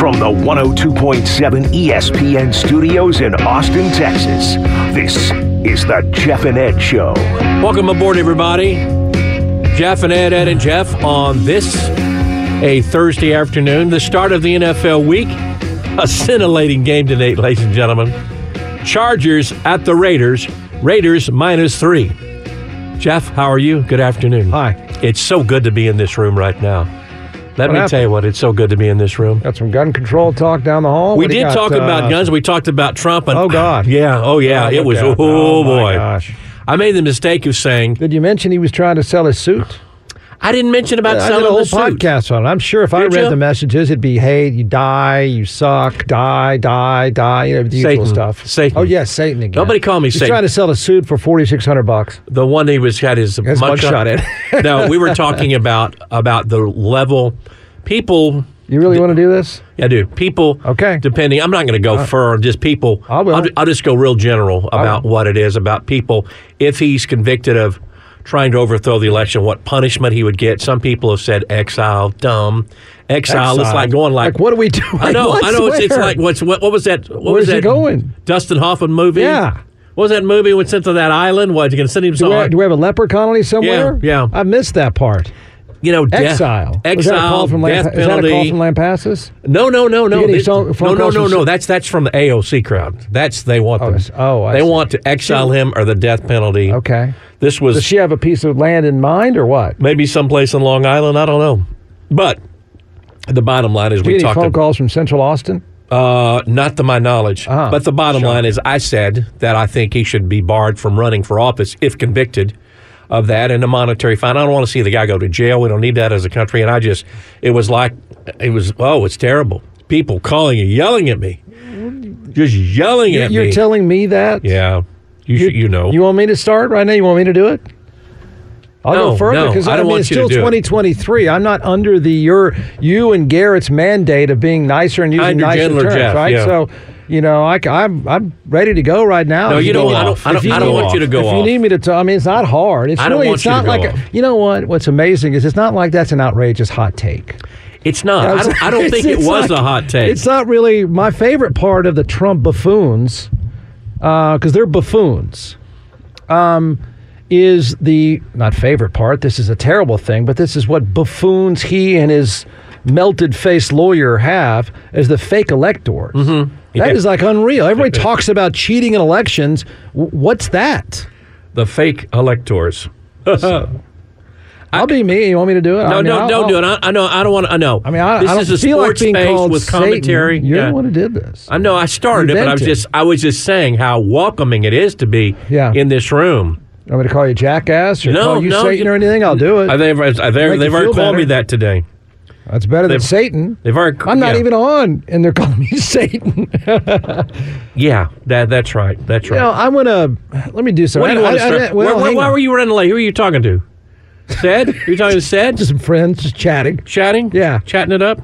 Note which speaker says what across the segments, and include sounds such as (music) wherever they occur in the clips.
Speaker 1: From the 102.7 ESPN studios in Austin, Texas, this is the Jeff and Ed Show.
Speaker 2: Welcome aboard, everybody. Jeff and Ed, Ed and Jeff on this, a Thursday afternoon, the start of the NFL week. A scintillating game tonight, ladies and gentlemen. Chargers at the Raiders, Raiders minus three. Jeff, how are you? Good afternoon.
Speaker 3: Hi.
Speaker 2: It's so good to be in this room right now. Let me
Speaker 3: happened?
Speaker 2: tell you what, it's so good to be in this room.
Speaker 3: Got some gun control talk down the hall.
Speaker 2: We
Speaker 3: What do you
Speaker 2: did
Speaker 3: got,
Speaker 2: talk
Speaker 3: uh,
Speaker 2: about guns. We talked about Trump. And,
Speaker 3: Oh, God.
Speaker 2: Yeah. Oh, yeah.
Speaker 3: Oh,
Speaker 2: it was. Oh,
Speaker 3: God. Oh, my
Speaker 2: boy.
Speaker 3: gosh.
Speaker 2: I made the mistake of saying
Speaker 3: Did you mention he was trying to sell his suit?
Speaker 2: I didn't mention about
Speaker 3: I did
Speaker 2: selling
Speaker 3: a whole
Speaker 2: the suit.
Speaker 3: podcast on it. I'm sure if I
Speaker 2: Did
Speaker 3: read
Speaker 2: you?
Speaker 3: the messages, it'd be, "Hey, you die, you suck, die, die, die," you know, the
Speaker 2: Satan.
Speaker 3: usual stuff.
Speaker 2: Satan.
Speaker 3: Oh yes, Satan again.
Speaker 2: Nobody call me
Speaker 3: He's
Speaker 2: Satan.
Speaker 3: trying to sell his suit for forty six hundred bucks.
Speaker 2: The one he was had his,
Speaker 3: His mugshot
Speaker 2: (laughs)
Speaker 3: in.
Speaker 2: no, we
Speaker 3: (laughs)
Speaker 2: were talking about about the level people.
Speaker 3: You really want to do this?
Speaker 2: I do people.
Speaker 3: Okay. Uh,
Speaker 2: Depending, I'm not going to go fur. Just people.
Speaker 3: I will.
Speaker 2: I'll, ju- I'll just go real general about what it is about people. If he's convicted of trying to overthrow the election, what punishment he would get? Some people have said exile, dumb, exile. It's
Speaker 3: Exile.
Speaker 2: Uh, like going like,
Speaker 3: what do we do?
Speaker 2: I
Speaker 3: (laughs)
Speaker 2: know, I
Speaker 3: What's
Speaker 2: know. It's, it's
Speaker 3: where?
Speaker 2: like what's what? What was that? What was
Speaker 3: Where's he
Speaker 2: that
Speaker 3: going?
Speaker 2: Dustin Hoffman movie.
Speaker 3: Yeah.
Speaker 2: What was that movie when sent to that island? What you going to send him
Speaker 3: Do we,
Speaker 2: somewhere?
Speaker 3: do we have a leper colony somewhere?
Speaker 2: yeah.
Speaker 3: I missed that part.
Speaker 2: you know, death,
Speaker 3: Exile.
Speaker 2: exile,
Speaker 3: Was that a call from Lam-
Speaker 2: death
Speaker 3: Is that
Speaker 2: penalty.
Speaker 3: a call from Lampasas?
Speaker 2: No, no, no,
Speaker 3: You
Speaker 2: no.
Speaker 3: get any
Speaker 2: This-
Speaker 3: phone- phone
Speaker 2: no, no,
Speaker 3: calls
Speaker 2: no,
Speaker 3: from-
Speaker 2: no. That's that's from the AOC crowd. That's they want them.
Speaker 3: it's- oh, I
Speaker 2: they
Speaker 3: see.
Speaker 2: want to exile him or the death penalty.
Speaker 3: Okay.
Speaker 2: This was
Speaker 3: Does she have a piece of land in mind or what?
Speaker 2: maybe someplace on Long Island. I don't know, but the bottom line is
Speaker 3: Do you
Speaker 2: we
Speaker 3: get any
Speaker 2: talked.
Speaker 3: phone
Speaker 2: ab-
Speaker 3: calls from Central Austin?
Speaker 2: Uh, not to my knowledge.
Speaker 3: Ah,
Speaker 2: but the bottom line is, I said that I think he should be barred from running for office if convicted of that and a monetary fine. I don't want to see the guy go to jail. We don't need that as a country. And I just, it was like, it was, oh, it's terrible. People calling and yelling at me, just yelling at
Speaker 3: You're
Speaker 2: me.
Speaker 3: telling me that?
Speaker 2: yeah, you should, you know.
Speaker 3: You want me to start right now? You want me to do it? I'll
Speaker 2: No,
Speaker 3: go further
Speaker 2: no,
Speaker 3: because
Speaker 2: I
Speaker 3: I,
Speaker 2: don't
Speaker 3: mean
Speaker 2: want
Speaker 3: it's
Speaker 2: you to
Speaker 3: still
Speaker 2: do it.
Speaker 3: 2023. I'm not under the your you and Garrett's mandate of being nicer and using
Speaker 2: Under
Speaker 3: nicer
Speaker 2: Gentler
Speaker 3: terms,
Speaker 2: Jeff,
Speaker 3: right?
Speaker 2: yeah.
Speaker 3: So, you know, I, am I'm ready to go right now.
Speaker 2: No,
Speaker 3: If
Speaker 2: you don't
Speaker 3: go
Speaker 2: want- I
Speaker 3: off.
Speaker 2: don't- I
Speaker 3: If
Speaker 2: don't- I don't
Speaker 3: go
Speaker 2: want you to
Speaker 3: off.
Speaker 2: go
Speaker 3: If
Speaker 2: off.
Speaker 3: you need me to, t- I mean, it's not hard. It's
Speaker 2: I don't
Speaker 3: really
Speaker 2: want
Speaker 3: it's
Speaker 2: you to
Speaker 3: not
Speaker 2: go
Speaker 3: like
Speaker 2: off.
Speaker 3: a, you know what? What's amazing is it's not like that's an outrageous hot take.
Speaker 2: it's not. I don't, I don't
Speaker 3: (laughs) It's-
Speaker 2: think it
Speaker 3: it's
Speaker 2: was
Speaker 3: not-
Speaker 2: a hot take.
Speaker 3: It's not really my favorite part of the Trump buffoons, because they're buffoons. Um, is the not favorite part? This is a terrible thing, but this is what buffoons he and his melted face lawyer have as the fake electors.
Speaker 2: Mm-hmm. Yeah.
Speaker 3: That is like unreal. Everybody talks about cheating in elections. W- what's that?
Speaker 2: the fake electors. (laughs)
Speaker 3: I'll be me. You want me to do it?
Speaker 2: No, no,
Speaker 3: I'll-
Speaker 2: no,
Speaker 3: I'll-
Speaker 2: dude. I, I know. I don't want to. I know.
Speaker 3: I mean, I,
Speaker 2: this
Speaker 3: I don't
Speaker 2: is a
Speaker 3: feel like
Speaker 2: sports
Speaker 3: being
Speaker 2: space
Speaker 3: called
Speaker 2: with
Speaker 3: Satan.
Speaker 2: commentary.
Speaker 3: You're
Speaker 2: Yeah.
Speaker 3: the one who did this.
Speaker 2: I know I started it,
Speaker 3: You
Speaker 2: but I was
Speaker 3: vented.
Speaker 2: just I was just saying how welcoming it is to be
Speaker 3: Yeah.
Speaker 2: in this room.
Speaker 3: You want me to call you jackass or
Speaker 2: No,
Speaker 3: call you
Speaker 2: no,
Speaker 3: Satan
Speaker 2: you-
Speaker 3: or anything? I'll do it.
Speaker 2: I, they've I, they've,
Speaker 3: you
Speaker 2: they've already
Speaker 3: feel
Speaker 2: called me
Speaker 3: better.
Speaker 2: that today.
Speaker 3: That's better than
Speaker 2: They've-
Speaker 3: Satan.
Speaker 2: They've already.
Speaker 3: I'm not
Speaker 2: yeah.
Speaker 3: even on, and they're calling me (laughs) Satan.
Speaker 2: Yeah, that that's right. That's
Speaker 3: you
Speaker 2: right.
Speaker 3: know, I'm gonna let me do something.
Speaker 2: what do you
Speaker 3: I-
Speaker 2: want to
Speaker 3: I- I-
Speaker 2: start?
Speaker 3: well,
Speaker 2: where, where,
Speaker 3: hang
Speaker 2: why
Speaker 3: on.
Speaker 2: were you running late? Who are you talking to? Sed? you talking to Sed?
Speaker 3: (laughs)
Speaker 2: Just
Speaker 3: Just some friends, just chatting.
Speaker 2: chatting?
Speaker 3: Yeah.
Speaker 2: chatting it up.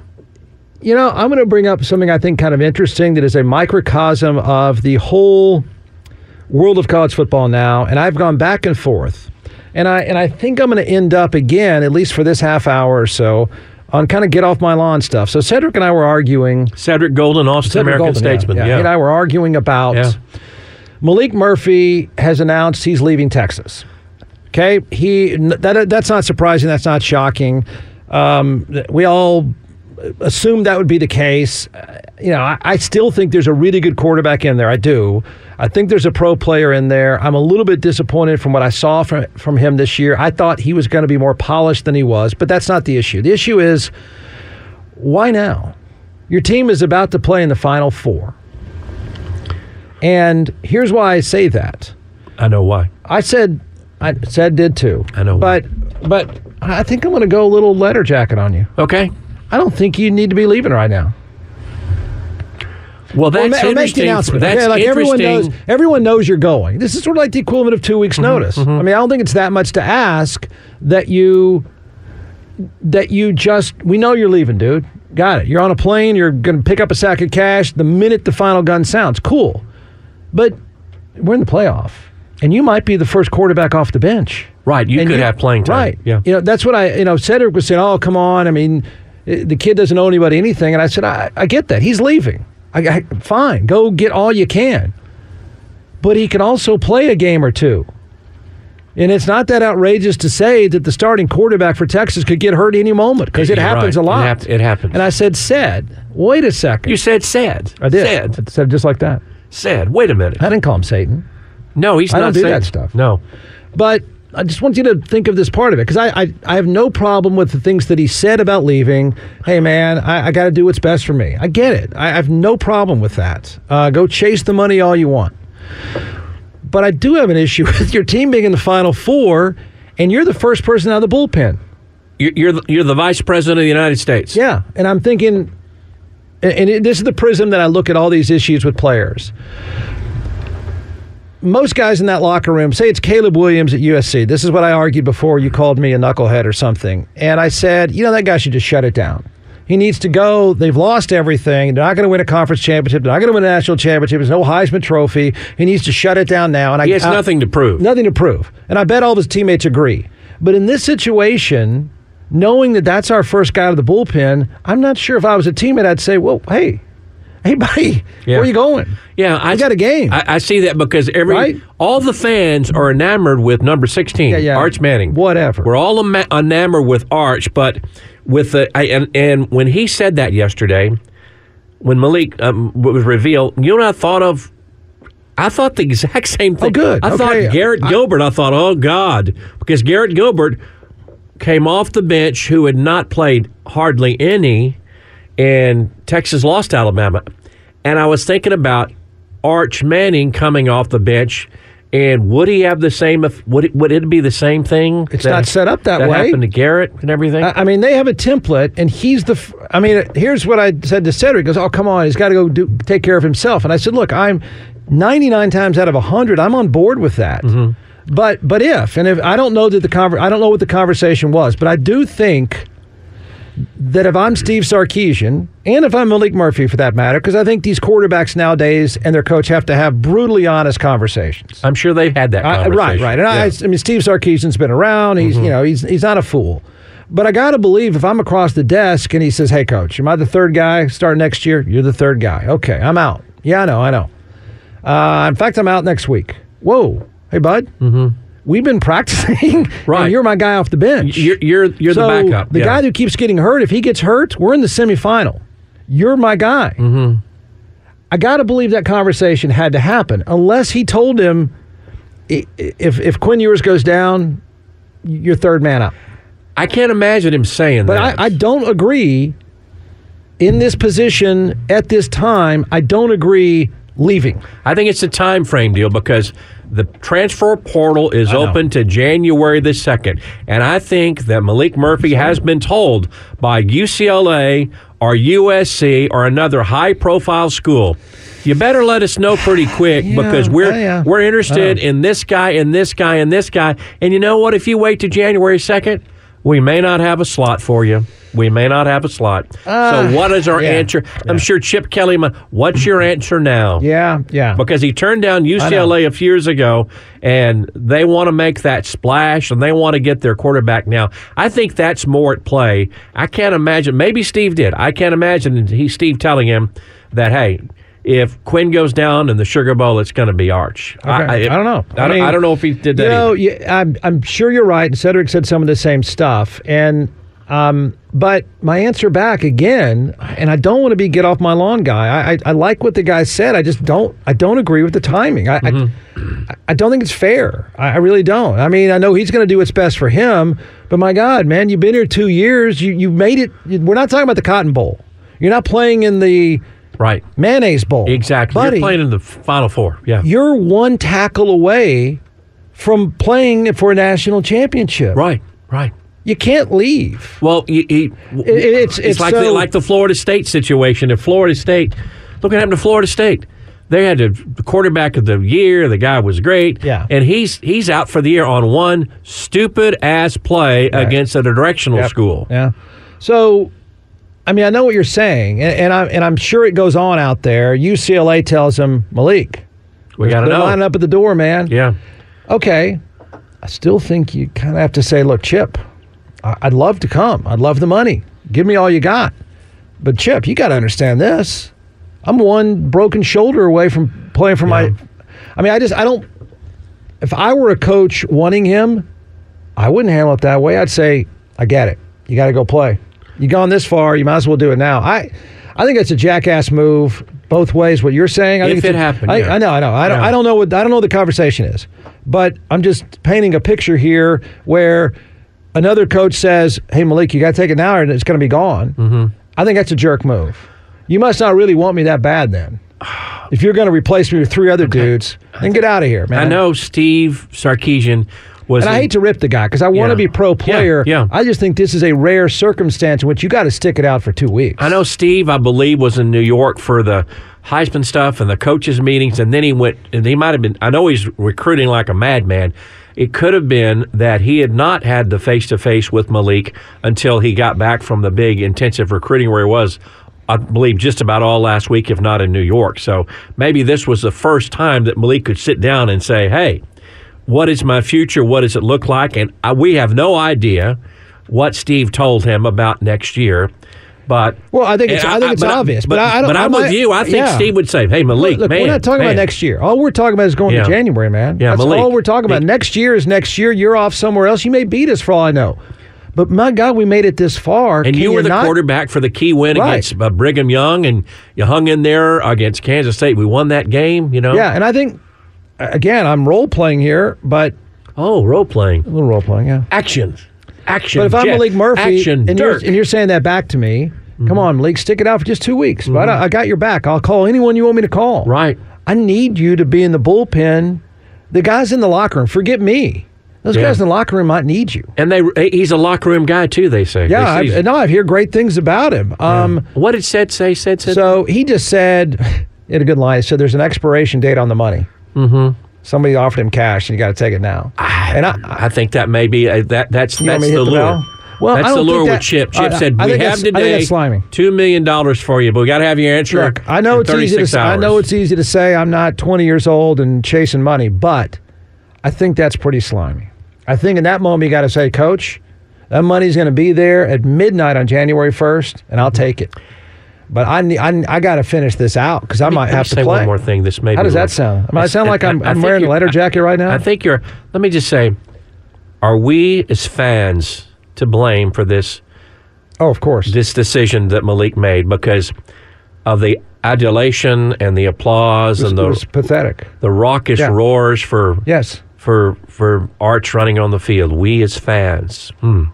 Speaker 3: You know, I'm going to bring up something I think kind of interesting that is a microcosm of the whole world of college football now, and I've gone back and forth, and I and I think I'm going to end up again, at least for this half hour or so, on kind of get off my lawn stuff. So Cedric and I were arguing.
Speaker 2: Cedric Golden, Austin
Speaker 3: Cedric
Speaker 2: American
Speaker 3: Golden, yeah,
Speaker 2: Statesman. Yeah,
Speaker 3: yeah. He and I were arguing about
Speaker 2: Yeah.
Speaker 3: Malik Murphy has announced he's leaving Texas. Okay, he n- that uh, that's not surprising. That's not shocking. Um, th- we all uh, assumed that would be the case. Uh, You know, I, I still think there's a really good quarterback in there. I do. I think there's a pro player in there. I'm a little bit disappointed from what I saw from from him this year. I thought he was going to be more polished than he was, but that's not the issue. The issue is why now? Your team is about to play in the Final Four. And here's why I say that.
Speaker 2: I know why.
Speaker 3: I said, I said did too.
Speaker 2: I know.
Speaker 3: But, but I think I'm going to go a little letter jacket on you.
Speaker 2: Okay.
Speaker 3: I don't think you need to be leaving right now.
Speaker 2: Well, that's
Speaker 3: or ma- or make the
Speaker 2: interesting.
Speaker 3: announcement.
Speaker 2: That's
Speaker 3: yeah, like everyone
Speaker 2: interesting. Mm-hmm,
Speaker 3: knows. Everyone knows you're going. This is sort of like the equivalent of two weeks' notice. I mean, I don't think it's that much to ask that you that you just. We know you're leaving, dude. Got it. You're on a plane. You're going to pick up a sack of cash the minute the final gun sounds. Cool, but we're in the playoff, and you might be the first quarterback off the bench.
Speaker 2: Right. You
Speaker 3: And
Speaker 2: could have playing time.
Speaker 3: Right.
Speaker 2: Yeah.
Speaker 3: You know, that's what I, you know, Cedric was saying, oh, come on. I mean, eh, the kid doesn't owe anybody anything. And I said, I, I get that. He's leaving. I, I, fine. Go get all you can. But he can also play a game or two. And it's not that outrageous to say that the starting quarterback for Texas could get hurt any moment because it
Speaker 2: You're
Speaker 3: happens
Speaker 2: right.
Speaker 3: a
Speaker 2: It
Speaker 3: lot.
Speaker 2: hap- it happens.
Speaker 3: And I said, said, wait a second.
Speaker 2: You said sad.
Speaker 3: I did.
Speaker 2: Sad.
Speaker 3: I said it just like that.
Speaker 2: Sad. Wait a minute.
Speaker 3: I didn't call him Satan.
Speaker 2: No, he's
Speaker 3: I
Speaker 2: not
Speaker 3: don't do
Speaker 2: saying
Speaker 3: that stuff.
Speaker 2: No.
Speaker 3: But I just want you to think of this part of it because I, I I have no problem with the things that he said about leaving. Hey man, I, I got to do what's best for me. I get it. I, I have no problem with that. Uh, go chase the money all you want. But I do have an issue (laughs) with your team being in the final four, and you're the first person out of the bullpen.
Speaker 2: You're you're the, you're the vice president of the United States.
Speaker 3: Yeah, and I'm thinking, and, and it, this is the prism that I look at all these issues with players. Most guys in that locker room say it's Caleb Williams at USC. This is what I argued before you called me a knucklehead or something, and I said, you know, that guy should just shut it down. He needs to go. They've lost everything. They're not going to win a conference championship. They're not going to win a national championship. There's no Heisman Trophy. He needs to shut it down now. And I
Speaker 2: He has
Speaker 3: I-
Speaker 2: nothing to prove.
Speaker 3: nothing to prove. And I bet all of his teammates agree. But in this situation, knowing that that's our first guy to the bullpen, I'm not sure if I was a teammate, I'd say, well, hey, hey, buddy,
Speaker 2: Yeah.
Speaker 3: where you going?
Speaker 2: Yeah, I
Speaker 3: We got a game.
Speaker 2: I, I see that because every
Speaker 3: Right?
Speaker 2: all the fans are enamored with number sixteen,
Speaker 3: Yeah, yeah.
Speaker 2: Arch Manning.
Speaker 3: Whatever.
Speaker 2: We're all ema- enamored with Arch, but with the I, and and when he said that yesterday, when Malik um, was revealed, you know, what I thought of. I thought the (laughs) exact same thing.
Speaker 3: Oh, good.
Speaker 2: I
Speaker 3: Okay.
Speaker 2: thought Garrett
Speaker 3: I-
Speaker 2: Gilbert. I thought, oh God, because Garrett Gilbert came off the bench who had not played hardly any, and Texas lost to Alabama. And I was thinking about Arch Manning coming off the bench, and would he have the same? If, would it, would it be the same thing?
Speaker 3: It's not set up that way. Uh,
Speaker 2: Happened to Garrett and everything.
Speaker 3: I I mean, they have a template, and he's the. f- I mean, here's what I said to Cedric. He goes, "Oh, come on, he's got to go do, take care of himself." And I said, "Look, I'm 99 times out of 100, I'm on board with that." But but if and if I don't know that the conver- I don't know what the conversation was, but I do think that if I'm Steve Sarkeesian and if I'm Malik Murphy for that matter, because I think these quarterbacks nowadays and their coach have to have brutally honest conversations.
Speaker 2: I'm sure they've had that.
Speaker 3: I-
Speaker 2: Conversation.
Speaker 3: right, right. And
Speaker 2: Yeah. Mm-hmm.
Speaker 3: I, I mean, Steve Sarkeesian's been around. He's you know he's he's not a fool, but I got to believe if I'm across the desk and he says, "Hey, coach, am I the third guy starting next year? You're the third guy. Okay, I'm out. Yeah, I know, I know. Uh, in fact, I'm out next week. Whoa, hey, bud. Mm-hmm. We've been practicing. (laughs) and
Speaker 2: Right.
Speaker 3: you're my guy off the bench.
Speaker 2: You're you're you're
Speaker 3: so
Speaker 2: the backup.
Speaker 3: The
Speaker 2: Yeah.
Speaker 3: guy who keeps getting hurt. If he gets hurt, we're in the semifinal. You're my guy. Mm-hmm. I got to believe that conversation had to happen, unless he told him i- i- if if Quinn Ewers goes down, you're third man up.
Speaker 2: I can't imagine him saying
Speaker 3: But
Speaker 2: that.
Speaker 3: I, I don't agree. In this position at this time, I don't agree leaving.
Speaker 2: I think it's a time frame deal because the transfer portal is open to January the 2nd. And I think that Malik Murphy has been told by UCLA or USC or another high profile school. You better let us know pretty
Speaker 3: (sighs)
Speaker 2: quick because we're
Speaker 3: yeah, Oh. yeah.
Speaker 2: we're interested in this guy and this guy and this guy. And you know what? If you wait to January 2nd, we may not have a slot for you. We may not have a slot. so what is our
Speaker 3: Ah, yeah,
Speaker 2: answer? I'm sure Chip Kelly. What's your answer now?
Speaker 3: Yeah, yeah.
Speaker 2: because he turned down UCLA a few years ago, and they want to make that splash and they want to get their quarterback now. I think that's more at play. I can't imagine. Maybe Steve did. I can't imagine he Steve telling him that hey. If Quinn goes down in the Sugar Bowl, it's going to be Arch.
Speaker 3: Okay. I don't know.
Speaker 2: I,
Speaker 3: I
Speaker 2: don't,
Speaker 3: mean,
Speaker 2: I don't know if he did that.
Speaker 3: You know,
Speaker 2: either.
Speaker 3: you, I'm, I'm sure you're right. And Cedric said some of the same stuff. And, um, but my answer back again, and I don't want to be get off my lawn guy. I, I, I like what the guy said. I just don't, I don't agree with the timing. I,
Speaker 2: Mm-hmm.
Speaker 3: I, I don't think it's fair. I, I really don't. I mean, I know he's going to do what's best for him, but my God, man, you've been here two years. You, you made it. You, we're not talking about the Cotton Bowl. You're not playing in the
Speaker 2: Right.
Speaker 3: mayonnaise bowl.
Speaker 2: Exactly.
Speaker 3: Buddy,
Speaker 2: You're playing in the Final Four. Yeah.
Speaker 3: you're one tackle away from playing for a national championship.
Speaker 2: Right. Right.
Speaker 3: You can't leave.
Speaker 2: Well, he, he,
Speaker 3: it's- it's
Speaker 2: like the,
Speaker 3: so-
Speaker 2: like the Florida State situation. If Florida State, look what happened to Florida State. They had a the quarterback of the year. The guy was great.
Speaker 3: Yeah.
Speaker 2: and he's he's out for the year on one stupid ass play against a directional school.
Speaker 3: Yeah. So, I mean, I know what you're saying, and, and I'm and I'm sure it goes on out there. UCLA tells him Malik,
Speaker 2: We got to
Speaker 3: they're
Speaker 2: know.
Speaker 3: lining up at the door, man.
Speaker 2: Yeah,
Speaker 3: Okay. I still think you kind of have to say, look, Chip, I- I'd love to come. I'd love the money. Give me all you got. But Chip, you got to understand this. I'm one broken shoulder away from playing for
Speaker 2: Yeah.
Speaker 3: my. I mean, I just I don't. If I were a coach wanting him, I wouldn't handle it that way. I'd say, I get it. You got to go play. You gone this far. You might as well do it now. I, I think it's a jackass move both ways. What you're saying, I
Speaker 2: If
Speaker 3: think it's
Speaker 2: it
Speaker 3: a-
Speaker 2: happened,
Speaker 3: I,
Speaker 2: yeah.
Speaker 3: I know, I know. I don't,
Speaker 2: Yeah.
Speaker 3: I don't know what I don't know what the conversation is, but I'm just painting a picture here where another coach says, "Hey Malik, you got to take it now, or it's going to be gone." Mm-hmm. I think that's a jerk move. You must not really want me that bad then. If you're going to replace me with three other dudes, then get out of here, man.
Speaker 2: I know Steve Sarkeesian was.
Speaker 3: And I
Speaker 2: in-
Speaker 3: hate to rip the guy because I
Speaker 2: Yeah.
Speaker 3: want to be pro
Speaker 2: Yeah,
Speaker 3: player.
Speaker 2: yeah.
Speaker 3: I just think this is a rare circumstance in which you got to stick it out for two weeks.
Speaker 2: I know Steve, I believe, was in New York for the Heisman stuff and the coaches' meetings, and then he went, and he might have been, I know he's recruiting like a madman. It could have been that he had not had the face to face with Malik until he got back from the big intensive recruiting where he was, I believe, just about all last week, if not in New York. So maybe this was the first time that Malik could sit down and say, hey, what is my future? What does it look like? And I, we have no idea what Steve told him about next year. But
Speaker 3: Well, I think it's-
Speaker 2: and
Speaker 3: I think it's obvious, but I- I don't-
Speaker 2: But I'm
Speaker 3: I'm
Speaker 2: with
Speaker 3: not-
Speaker 2: you. I think
Speaker 3: yeah.
Speaker 2: Steve would say, "Hey, Malik,
Speaker 3: Look,
Speaker 2: man,
Speaker 3: we're not talking
Speaker 2: man.
Speaker 3: about next year. All we're talking about is going
Speaker 2: Yeah.
Speaker 3: to January, man.
Speaker 2: Yeah,
Speaker 3: That's
Speaker 2: Malik.
Speaker 3: all we're talking about.
Speaker 2: Hey.
Speaker 3: Next year is next year. You're off somewhere else. You may beat us for all I know. But my God, we made it this far.
Speaker 2: And
Speaker 3: Can
Speaker 2: you were the
Speaker 3: not-
Speaker 2: quarterback for the key win
Speaker 3: Right.
Speaker 2: against uh, Brigham Young, and you hung in there against Kansas State. We won that game, you know.
Speaker 3: Yeah, and I think again, I'm role playing here, but
Speaker 2: Oh, role playing,
Speaker 3: a little role playing, yeah.
Speaker 2: action, action.
Speaker 3: But if I'm
Speaker 2: Jeff.
Speaker 3: Malik Murphy
Speaker 2: action,
Speaker 3: and, you're,
Speaker 2: Dirk. Mm-hmm.
Speaker 3: and you're saying that back to me, come on, Malik, stick it out for just two weeks. But I, I got your back. I'll call anyone you want me to call.
Speaker 2: right,
Speaker 3: I need you to be in the bullpen. The guys in the locker room, forget me. Those
Speaker 2: Yeah.
Speaker 3: guys in the locker room might need you.
Speaker 2: and they—he's a locker room guy too. They say,
Speaker 3: Yeah,
Speaker 2: They say
Speaker 3: I've, no, I've heard great things about him. Um,
Speaker 2: what did Sed say? Sed said,
Speaker 3: So he just said, he had a good line. He said, there's an expiration date on the money. Mm-hmm. Somebody offered him cash, and you got to take it now.
Speaker 2: Ah,
Speaker 3: and I,
Speaker 2: I think that may be a, that. That's
Speaker 3: You want
Speaker 2: that's
Speaker 3: me
Speaker 2: the
Speaker 3: to hit the
Speaker 2: lure.
Speaker 3: bell? Well, I
Speaker 2: that's the
Speaker 3: don't
Speaker 2: lure
Speaker 3: think
Speaker 2: with
Speaker 3: that-
Speaker 2: Chip. Chip
Speaker 3: I-
Speaker 2: said
Speaker 3: I
Speaker 2: we
Speaker 3: think
Speaker 2: have
Speaker 3: that's- I think
Speaker 2: today
Speaker 3: that's slimy.
Speaker 2: two million dollars for you, but we got to have your answer.
Speaker 3: look, I know
Speaker 2: in
Speaker 3: it's easy to
Speaker 2: 36
Speaker 3: say, I know
Speaker 2: hours."
Speaker 3: it's easy to say I'm not 20 years old and chasing money, but I think that's pretty slimy. I think in that moment you got to say, Coach, that money's going to be there at midnight on January 1st, and
Speaker 2: Mm-hmm.
Speaker 3: I'll take it. But I need, I, I got to finish this out because I
Speaker 2: Let me- let
Speaker 3: might
Speaker 2: me
Speaker 3: have to
Speaker 2: say
Speaker 3: play.
Speaker 2: one more thing. This may
Speaker 3: How
Speaker 2: be a
Speaker 3: does that
Speaker 2: little-
Speaker 3: sound? I, mean, I sound like I'm,
Speaker 2: I- I
Speaker 3: I'm
Speaker 2: think
Speaker 3: wearing a
Speaker 2: you're-
Speaker 3: letter
Speaker 2: I-
Speaker 3: jacket right now.
Speaker 2: I think you're. Let me just say, are we as fans to blame for this
Speaker 3: oh, of course.
Speaker 2: this decision that Malik made because of the adulation and the applause and
Speaker 3: it was
Speaker 2: the
Speaker 3: pathetic.
Speaker 2: the raucous
Speaker 3: Yeah.
Speaker 2: roars for
Speaker 3: Yes.
Speaker 2: for for Arch running on the field? We as fans, hmm.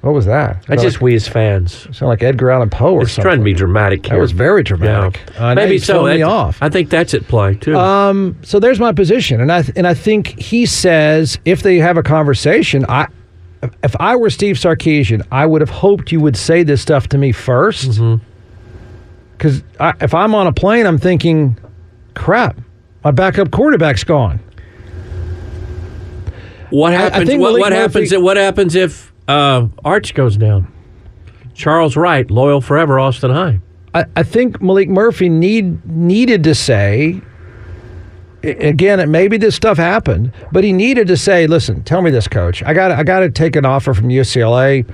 Speaker 3: What was that?
Speaker 2: I
Speaker 3: Sound
Speaker 2: just
Speaker 3: like,
Speaker 2: we as fans.
Speaker 3: sound like Edgar Allan Poe or
Speaker 2: It's
Speaker 3: something.
Speaker 2: trying to be dramatic here.
Speaker 3: That was very dramatic.
Speaker 2: Yeah.
Speaker 3: Uh, now
Speaker 2: Maybe
Speaker 3: you've
Speaker 2: so.
Speaker 3: thrown me
Speaker 2: That-
Speaker 3: off. Uh,
Speaker 2: I think that's at play too.
Speaker 3: so there's my position, and I and I think he says if they have a conversation, I if I were Steve Sarkeesian, I would have hoped you would say this stuff to me first,
Speaker 2: Mm-hmm.
Speaker 3: because if I'm on a plane, I'm thinking, crap, my backup quarterback's gone.
Speaker 2: what happens?
Speaker 3: think
Speaker 2: what
Speaker 3: Malik
Speaker 2: what happens?
Speaker 3: Murphy-
Speaker 2: If, what happens if uh, Arch goes down? Charles Wright, loyal forever, Austin High.
Speaker 3: I, I think Malik Murphy need needed to say a- again it maybe this stuff happened but he needed to say listen tell me this coach i got i got to take an offer from ucla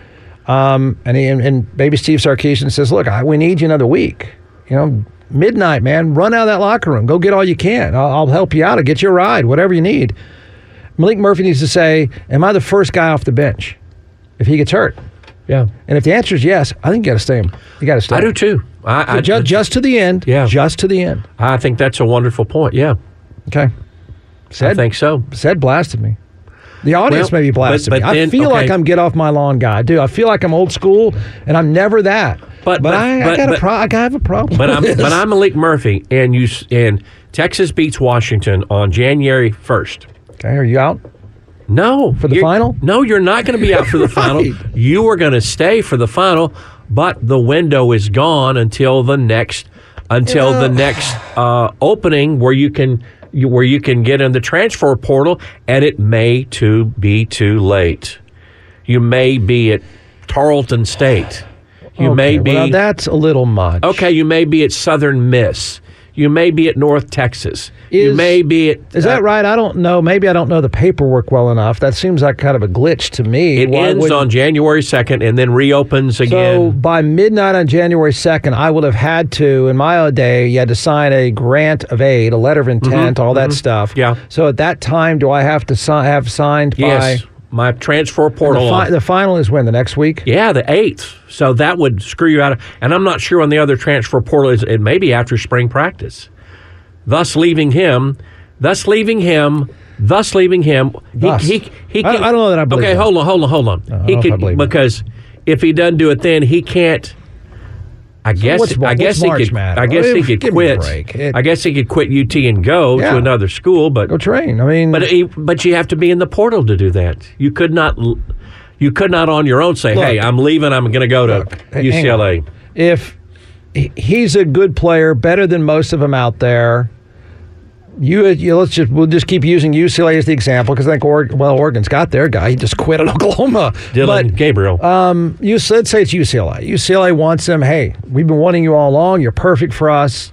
Speaker 3: um, and, he, and and maybe steve sarkisian says look I, we need you another week you know midnight man run out of that locker room go get all you can i'll, I'll help you out i'll get you a ride whatever you need malik murphy needs to say am i the first guy off the bench if he gets hurt
Speaker 2: Yeah,
Speaker 3: and if the answer is yes i think you got to stay him you got to stay
Speaker 2: I
Speaker 3: him.
Speaker 2: do too. I I,
Speaker 3: just, just to the end.
Speaker 2: Yeah.
Speaker 3: Just to the end.
Speaker 2: I think that's a wonderful point. Yeah,
Speaker 3: Okay.
Speaker 2: I
Speaker 3: Said
Speaker 2: think so.
Speaker 3: said blasted me. The audience
Speaker 2: Well,
Speaker 3: may be blasted
Speaker 2: but- but
Speaker 3: me.
Speaker 2: then-
Speaker 3: I feel
Speaker 2: okay.
Speaker 3: like I'm get off my lawn guy. I do. I feel like I'm old school and I'm never that.
Speaker 2: But
Speaker 3: But I, I
Speaker 2: but-
Speaker 3: got
Speaker 2: but-
Speaker 3: a pro- I got- I have a problem.
Speaker 2: But
Speaker 3: (laughs)
Speaker 2: I'm
Speaker 3: with
Speaker 2: but
Speaker 3: this.
Speaker 2: I'm Malik Murphy, and you s- and Texas beats Washington on January first.
Speaker 3: okay. Are you out?
Speaker 2: No, for
Speaker 3: the final?
Speaker 2: No, you're not going to be out
Speaker 3: (laughs)
Speaker 2: for the final.
Speaker 3: Right.
Speaker 2: You are going to stay for the final, but the window is gone until the next until the
Speaker 3: know-
Speaker 2: next uh, opening where you can you- where you can get in the transfer portal, and it may to be too late. You may be at Tarleton State. You may
Speaker 3: Okay,
Speaker 2: be
Speaker 3: well, now that's a little much.
Speaker 2: Okay, you may be at Southern Miss. You may be at North Texas. you
Speaker 3: Is-
Speaker 2: may be at.
Speaker 3: Is
Speaker 2: uh,
Speaker 3: that right? I don't know. Maybe I don't know the paperwork well enough. That seems like kind of a glitch to me.
Speaker 2: It
Speaker 3: Why
Speaker 2: ends
Speaker 3: wouldn't-
Speaker 2: on January 2nd and then reopens
Speaker 3: So
Speaker 2: again.
Speaker 3: by midnight on January 2nd, I would have had to, in my old day, you had to sign a grant of aid, a letter of intent, all that stuff.
Speaker 2: Mm-hmm, Yeah.
Speaker 3: So at that time, do I have to si- have signed
Speaker 2: yes,
Speaker 3: by.
Speaker 2: my transfer
Speaker 3: The,
Speaker 2: portal.
Speaker 3: fi-
Speaker 2: on-
Speaker 3: the final is when? The next week?
Speaker 2: yeah, the 8th. So that would screw you out. of- And I'm not sure on the other transfer portal. Is, it may be after spring practice. Thus leaving him, thus leaving him, thus leaving him. He,
Speaker 3: Thus.
Speaker 2: he, he
Speaker 3: I-
Speaker 2: can-
Speaker 3: I don't know that I believe
Speaker 2: Okay,
Speaker 3: that.
Speaker 2: hold on, hold on, hold on. he
Speaker 3: I don't know if I
Speaker 2: could-
Speaker 3: believe that.
Speaker 2: because if he doesn't do it then, he can't. I guess
Speaker 3: what's-
Speaker 2: I
Speaker 3: what's
Speaker 2: guess he
Speaker 3: March
Speaker 2: could
Speaker 3: matter?
Speaker 2: I guess he could
Speaker 3: Give me a
Speaker 2: quit.
Speaker 3: break. It-
Speaker 2: I guess he could quit UT and go
Speaker 3: Yeah.
Speaker 2: to another school, but
Speaker 3: Go train. I mean,
Speaker 2: but he, but you have to be in the portal to do that. You could not l- you could not on your own say,
Speaker 3: Look.
Speaker 2: "Hey, I'm leaving. I'm going to go to
Speaker 3: Hey, hang on.
Speaker 2: UCLA."
Speaker 3: if he- he's a good player, better than most of them out there. You, you let's just we'll just keep using UCLA as the example because I think Oregon, well Oregon's got their guy. He just quit at (laughs) Oklahoma.
Speaker 2: Dylan
Speaker 3: But uh,
Speaker 2: Gabriel.
Speaker 3: you let's say it's UCLA. UCLA wants him. Hey, we've been wanting you all along. You're perfect for us.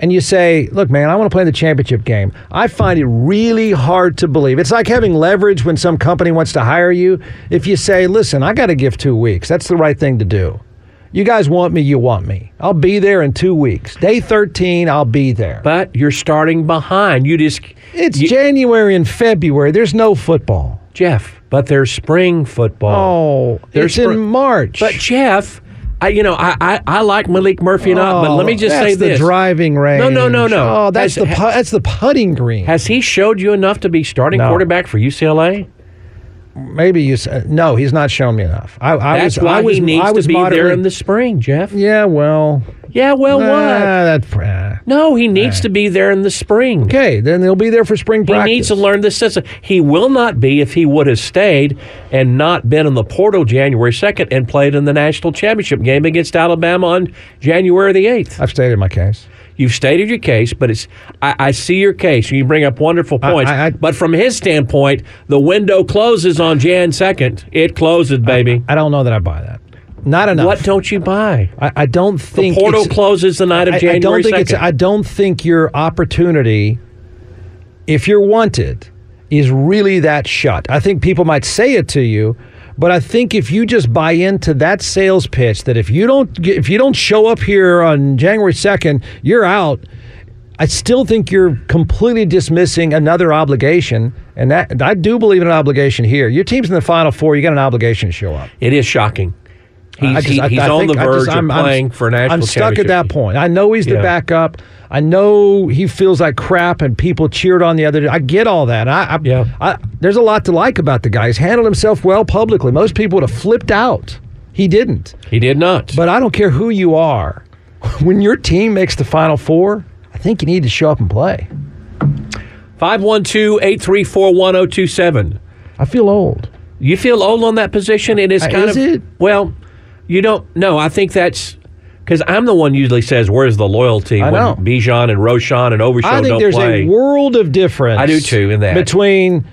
Speaker 3: And you say, look, man, I want to play in the championship game. I find it really hard to believe. It's like having leverage when some company wants to hire you. If you say, listen, I got to give two weeks, that's the right thing to do. You guys want me, you want me. I'll be there in two weeks. Day 13, I'll be there.
Speaker 2: but you're starting behind. You just
Speaker 3: it's
Speaker 2: you-
Speaker 3: January and February. There's no football.
Speaker 2: Jeff. But there's spring football.
Speaker 3: Oh,
Speaker 2: There's
Speaker 3: it's in
Speaker 2: spr-
Speaker 3: March.
Speaker 2: But Jeff, I you know I I, I like Malik Murphy and I, but let me just
Speaker 3: Oh, that's
Speaker 2: say
Speaker 3: the
Speaker 2: this:
Speaker 3: driving range.
Speaker 2: No, no, no, no.
Speaker 3: Oh, that's
Speaker 2: Has-
Speaker 3: the pu- that's the putting green.
Speaker 2: Has he showed you enough to be starting
Speaker 3: No.
Speaker 2: quarterback for UCLA?
Speaker 3: Maybe you said no. He's not shown me enough. I, I
Speaker 2: That's
Speaker 3: was,
Speaker 2: why
Speaker 3: I was,
Speaker 2: he needs
Speaker 3: I was
Speaker 2: to be there
Speaker 3: moderately-
Speaker 2: in the spring, Jeff.
Speaker 3: Yeah, well,
Speaker 2: Yeah, well,
Speaker 3: nah,
Speaker 2: what?
Speaker 3: that- uh,
Speaker 2: No, he needs to be there in the spring.
Speaker 3: okay, then they'll be there for spring
Speaker 2: He
Speaker 3: practice.
Speaker 2: needs to learn the system. He will not be if he would have stayed and not been in the portal January 2nd and played in the national championship game against Alabama on January the 8th.
Speaker 3: I've stated my case.
Speaker 2: You've stated your case, but it's I, I see your case. You bring up wonderful points.
Speaker 3: I- I-
Speaker 2: but from his standpoint, the window closes on Jan 2nd. It closes, baby.
Speaker 3: I don't know that I buy that. Not enough.
Speaker 2: what don't you buy?
Speaker 3: I, I don't
Speaker 2: The
Speaker 3: think
Speaker 2: portal
Speaker 3: it's-
Speaker 2: closes the night of
Speaker 3: I- I,
Speaker 2: January
Speaker 3: don't think
Speaker 2: 2nd.
Speaker 3: it's. I don't think your opportunity, if you're wanted, is really that shut. I think people might say it to you, but I think if you just buy into that sales pitch that if you don't get, if you don't show up here on January second, you're out. I still think you're completely dismissing another obligation, and that I do believe in an obligation here. Your team's in the final four; you got an obligation to show up.
Speaker 2: It is shocking. He's,
Speaker 3: I just-
Speaker 2: he-
Speaker 3: I-
Speaker 2: he's
Speaker 3: I
Speaker 2: on
Speaker 3: think-
Speaker 2: the
Speaker 3: I just-
Speaker 2: verge
Speaker 3: I'm-
Speaker 2: of
Speaker 3: I'm-
Speaker 2: playing for a national
Speaker 3: I'm stuck at
Speaker 2: championship.
Speaker 3: that point. I know he's the
Speaker 2: Yeah.
Speaker 3: backup. I know he feels like crap, and people cheered on the other day. I get all that. I, I,
Speaker 2: Yeah.
Speaker 3: I, there's a lot to like about the guy. He's handled himself well publicly. Most people would have flipped out. He didn't.
Speaker 2: He did not.
Speaker 3: But I don't care who you are. (laughs) When your team makes the Final Four, I think you need to show up and play.
Speaker 2: 512 834 1027.
Speaker 3: I feel old.
Speaker 2: You feel old on that position? It is
Speaker 3: Uh,
Speaker 2: kind
Speaker 3: is
Speaker 2: of.
Speaker 3: it?
Speaker 2: Well, you don't. No, I think that's. Because I'm the one usually says, where's the loyalty
Speaker 3: I
Speaker 2: when
Speaker 3: know.
Speaker 2: Bijan and Roshan and Overshaw
Speaker 3: I think
Speaker 2: don't
Speaker 3: there's
Speaker 2: play?
Speaker 3: a world of difference.
Speaker 2: I do too in that.
Speaker 3: between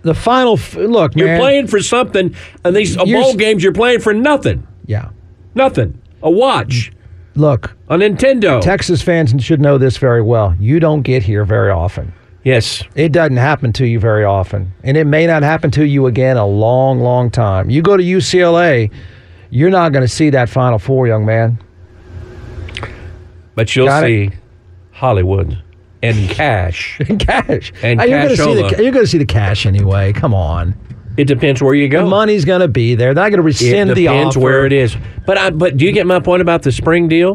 Speaker 3: the final. F- look,
Speaker 2: you're
Speaker 3: man,
Speaker 2: playing for something, and these uh,
Speaker 3: You're
Speaker 2: bowl
Speaker 3: s-
Speaker 2: games, you're playing for nothing.
Speaker 3: Yeah,
Speaker 2: Nothing. A watch,
Speaker 3: look.
Speaker 2: a Nintendo.
Speaker 3: Texas fans should know this very well. You don't get here very often.
Speaker 2: yes.
Speaker 3: It doesn't happen to you very often, and it may not happen to you again a long, long time. You go to UCLA, you're not going to see that Final Four, young man. (laughs)
Speaker 2: But you'll
Speaker 3: Got
Speaker 2: see
Speaker 3: it.
Speaker 2: Hollywood and cash.
Speaker 3: (laughs) cash.
Speaker 2: And
Speaker 3: Uh, you're going to see
Speaker 2: cashola.
Speaker 3: the you're going to see the cash anyway. Come on,
Speaker 2: It depends where you go.
Speaker 3: the money's going to be there. They're not
Speaker 2: Oh.
Speaker 3: going to
Speaker 2: it
Speaker 3: rescind the
Speaker 2: depends
Speaker 3: offer.
Speaker 2: where it is. But I, but do you get my point about the spring deal?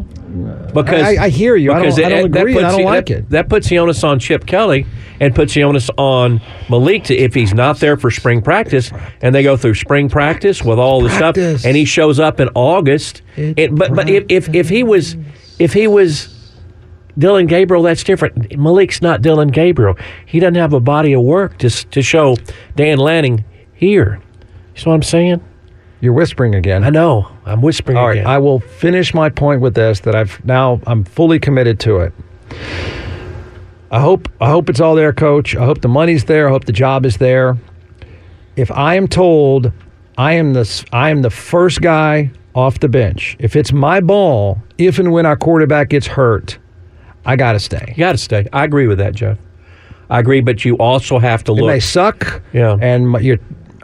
Speaker 2: Because
Speaker 3: I- I hear you. I don't-
Speaker 2: because
Speaker 3: I don't
Speaker 2: that- that
Speaker 3: agree, and I
Speaker 2: puts
Speaker 3: don't
Speaker 2: the-
Speaker 3: like
Speaker 2: that-
Speaker 3: it.
Speaker 2: That puts the onus on Chip Kelly and puts the onus on Malik to, if he's not there for spring practice, and they go through spring practice with all the stuff,
Speaker 3: practice.
Speaker 2: and he shows up in August.
Speaker 3: It's
Speaker 2: It- but but if, if if he was if he was Dylan Gabriel, that's different. Malik's not Dylan Gabriel. He doesn't have a body of work to s- to show Dan Lanning here. You see what I'm saying?
Speaker 3: You're whispering again.
Speaker 2: I know. I'm whispering
Speaker 3: All right,
Speaker 2: again.
Speaker 3: I will finish my point with this that I've now I'm fully committed to it. I hope I hope it's all there, coach. I hope the money's there. I hope the job is there. If I am told I am the s- I am the first guy off the bench. If it's my ball, if and when our quarterback gets hurt, I got to stay.
Speaker 2: You got to stay. I agree with that, Jeff. I agree, but you also have to
Speaker 3: It
Speaker 2: look.
Speaker 3: may suck.
Speaker 2: Yeah.
Speaker 3: And my, you're,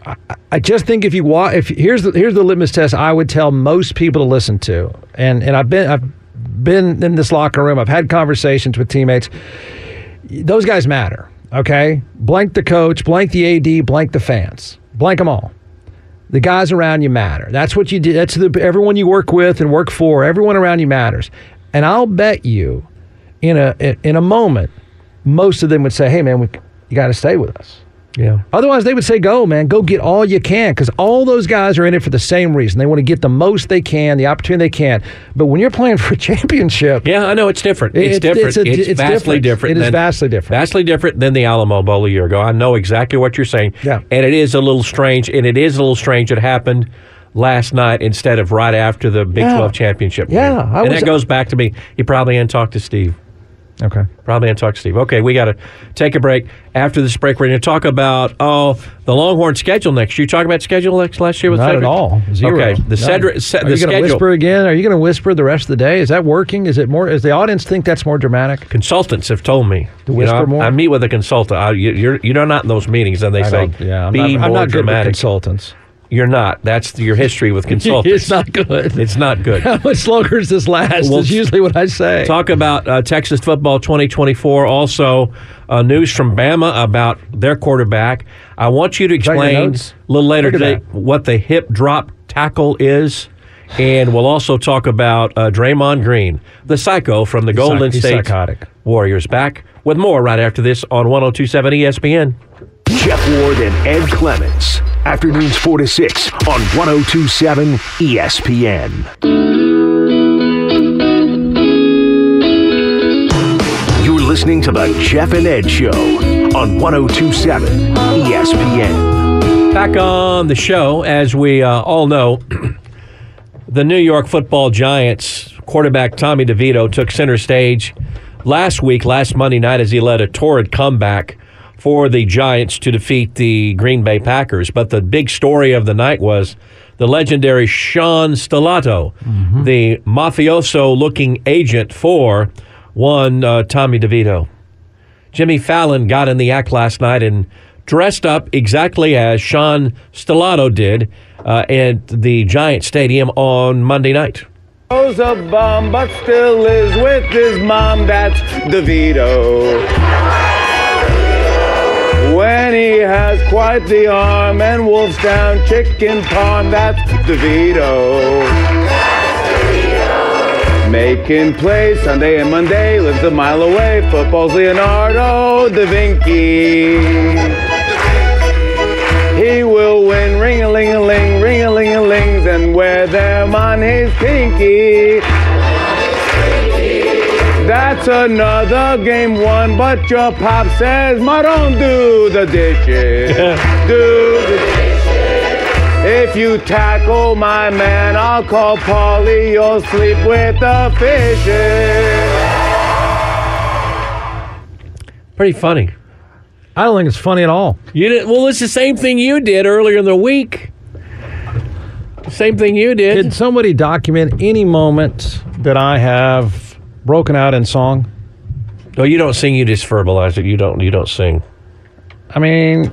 Speaker 3: I, I just think if you walk, if here's the here's the litmus test I would tell most people to listen to, and and I've been I've been in this locker room. I've had conversations with teammates. Those guys matter. Okay, blank the coach, blank the AD, blank the fans, blank them all. The guys around you matter. That's what you do. That's the everyone you work with and work for. Everyone around you matters. And I'll bet you, in a in a moment, most of them would say, "Hey, man, we, you got to stay with us."
Speaker 2: yeah.
Speaker 3: Otherwise, they would say, go, man, go get all you can because all those guys are in it for the same reason. They want to get the most they can, the opportunity they can. But when you're playing (laughs) for a championship,
Speaker 2: Yeah, I know it's different. It's,
Speaker 3: It's-
Speaker 2: different. It's,
Speaker 3: it's a- it's
Speaker 2: vastly
Speaker 3: different.
Speaker 2: different.
Speaker 3: It is
Speaker 2: than-
Speaker 3: vastly different.
Speaker 2: Vastly different than the Alamo Bowl a year ago. I know exactly what you're saying.
Speaker 3: Yeah.
Speaker 2: And it is a little strange. And it is a little strange. It happened last night instead of right after the Big
Speaker 3: Yeah.
Speaker 2: 12 championship.
Speaker 3: Yeah,
Speaker 2: game.
Speaker 3: I
Speaker 2: and
Speaker 3: was-
Speaker 2: that goes back to me. You probably ain't talked to Steve.
Speaker 3: okay.
Speaker 2: Probably and talk to Steve. Okay, we got to take a break. After this break, we're going to talk about oh the Longhorn schedule next. You talking about schedule next last year with
Speaker 3: Not
Speaker 2: Cedric?
Speaker 3: at all. Zero.
Speaker 2: Okay, the
Speaker 3: None.
Speaker 2: Cedric se-
Speaker 3: Are
Speaker 2: the
Speaker 3: you going to
Speaker 2: schedule
Speaker 3: whisper again? Are you going to whisper the rest of the day? Is that working? Is it more? Is the audience think that's more dramatic?
Speaker 2: consultants have told me. To
Speaker 3: whisper
Speaker 2: I,
Speaker 3: more?
Speaker 2: I meet with a consultant. I, you, you're you're not in those meetings, and they
Speaker 3: I
Speaker 2: say
Speaker 3: don't- yeah, I'm
Speaker 2: be
Speaker 3: not,
Speaker 2: more
Speaker 3: I'm not good with
Speaker 2: dramatic.
Speaker 3: consultants.
Speaker 2: you're not. That's your history with (laughs) consultants.
Speaker 3: (laughs) it's not good.
Speaker 2: It's not good.
Speaker 3: (laughs) How much longer does this last?
Speaker 2: Well,
Speaker 3: is usually what I say.
Speaker 2: Talk about uh, Texas football 2024. Also, uh, news from Bama about their quarterback. I want you to
Speaker 3: that your
Speaker 2: explain
Speaker 3: notes?
Speaker 2: a little later
Speaker 3: Look at
Speaker 2: today what the hip drop tackle is. And we'll also talk about uh, Draymond Green, the psycho from the Golden
Speaker 3: he's
Speaker 2: State
Speaker 3: psychotic.
Speaker 2: Warriors. Back with more right after this on 1027 ESPN.
Speaker 1: Jeff Ward and Ed Clements. Afternoons 4 to 6 on 1027 ESPN. You're listening to The Jeff and Ed Show on 1027 ESPN.
Speaker 2: Back on the show, as we uh, all know, (clears throat) the New York football giants quarterback Tommy DeVito took center stage last week, last Monday night, as he led a torrid comeback for the Giants to defeat the Green Bay Packers. But the big story of the night was the legendary Sean Stellato, the mafioso looking agent for one uh, Tommy DeVito. Jimmy Fallon got in the act last night and dressed up exactly as Sean Stellato did uh, at the Giant Stadium on Monday night.
Speaker 4: Joe's a bum, but still is with his mom. That's DeVito. When he has quite the arm and wolves down chicken parm, that's DeVito. Making plays Sunday and Monday, lives a mile away. Football's Leonardo da Vinci. He will win ring-a-ling-a-ling, ring-a-ling-a-lings, and wear them on his pinky. That's another game won, but your pop says, Ma, don't do the dishes. do the dishes. If you tackle my man, I'll call Paulie, you'll sleep with the fishes.
Speaker 2: Pretty funny.
Speaker 3: I don't think it's funny at all.
Speaker 2: You did well. It's the same thing you did earlier in the week. Same thing you did.
Speaker 3: Did somebody document any moment that I have broken out in song?
Speaker 2: No, you don't sing. You just verbalize it. You don't. You don't sing.
Speaker 3: I mean,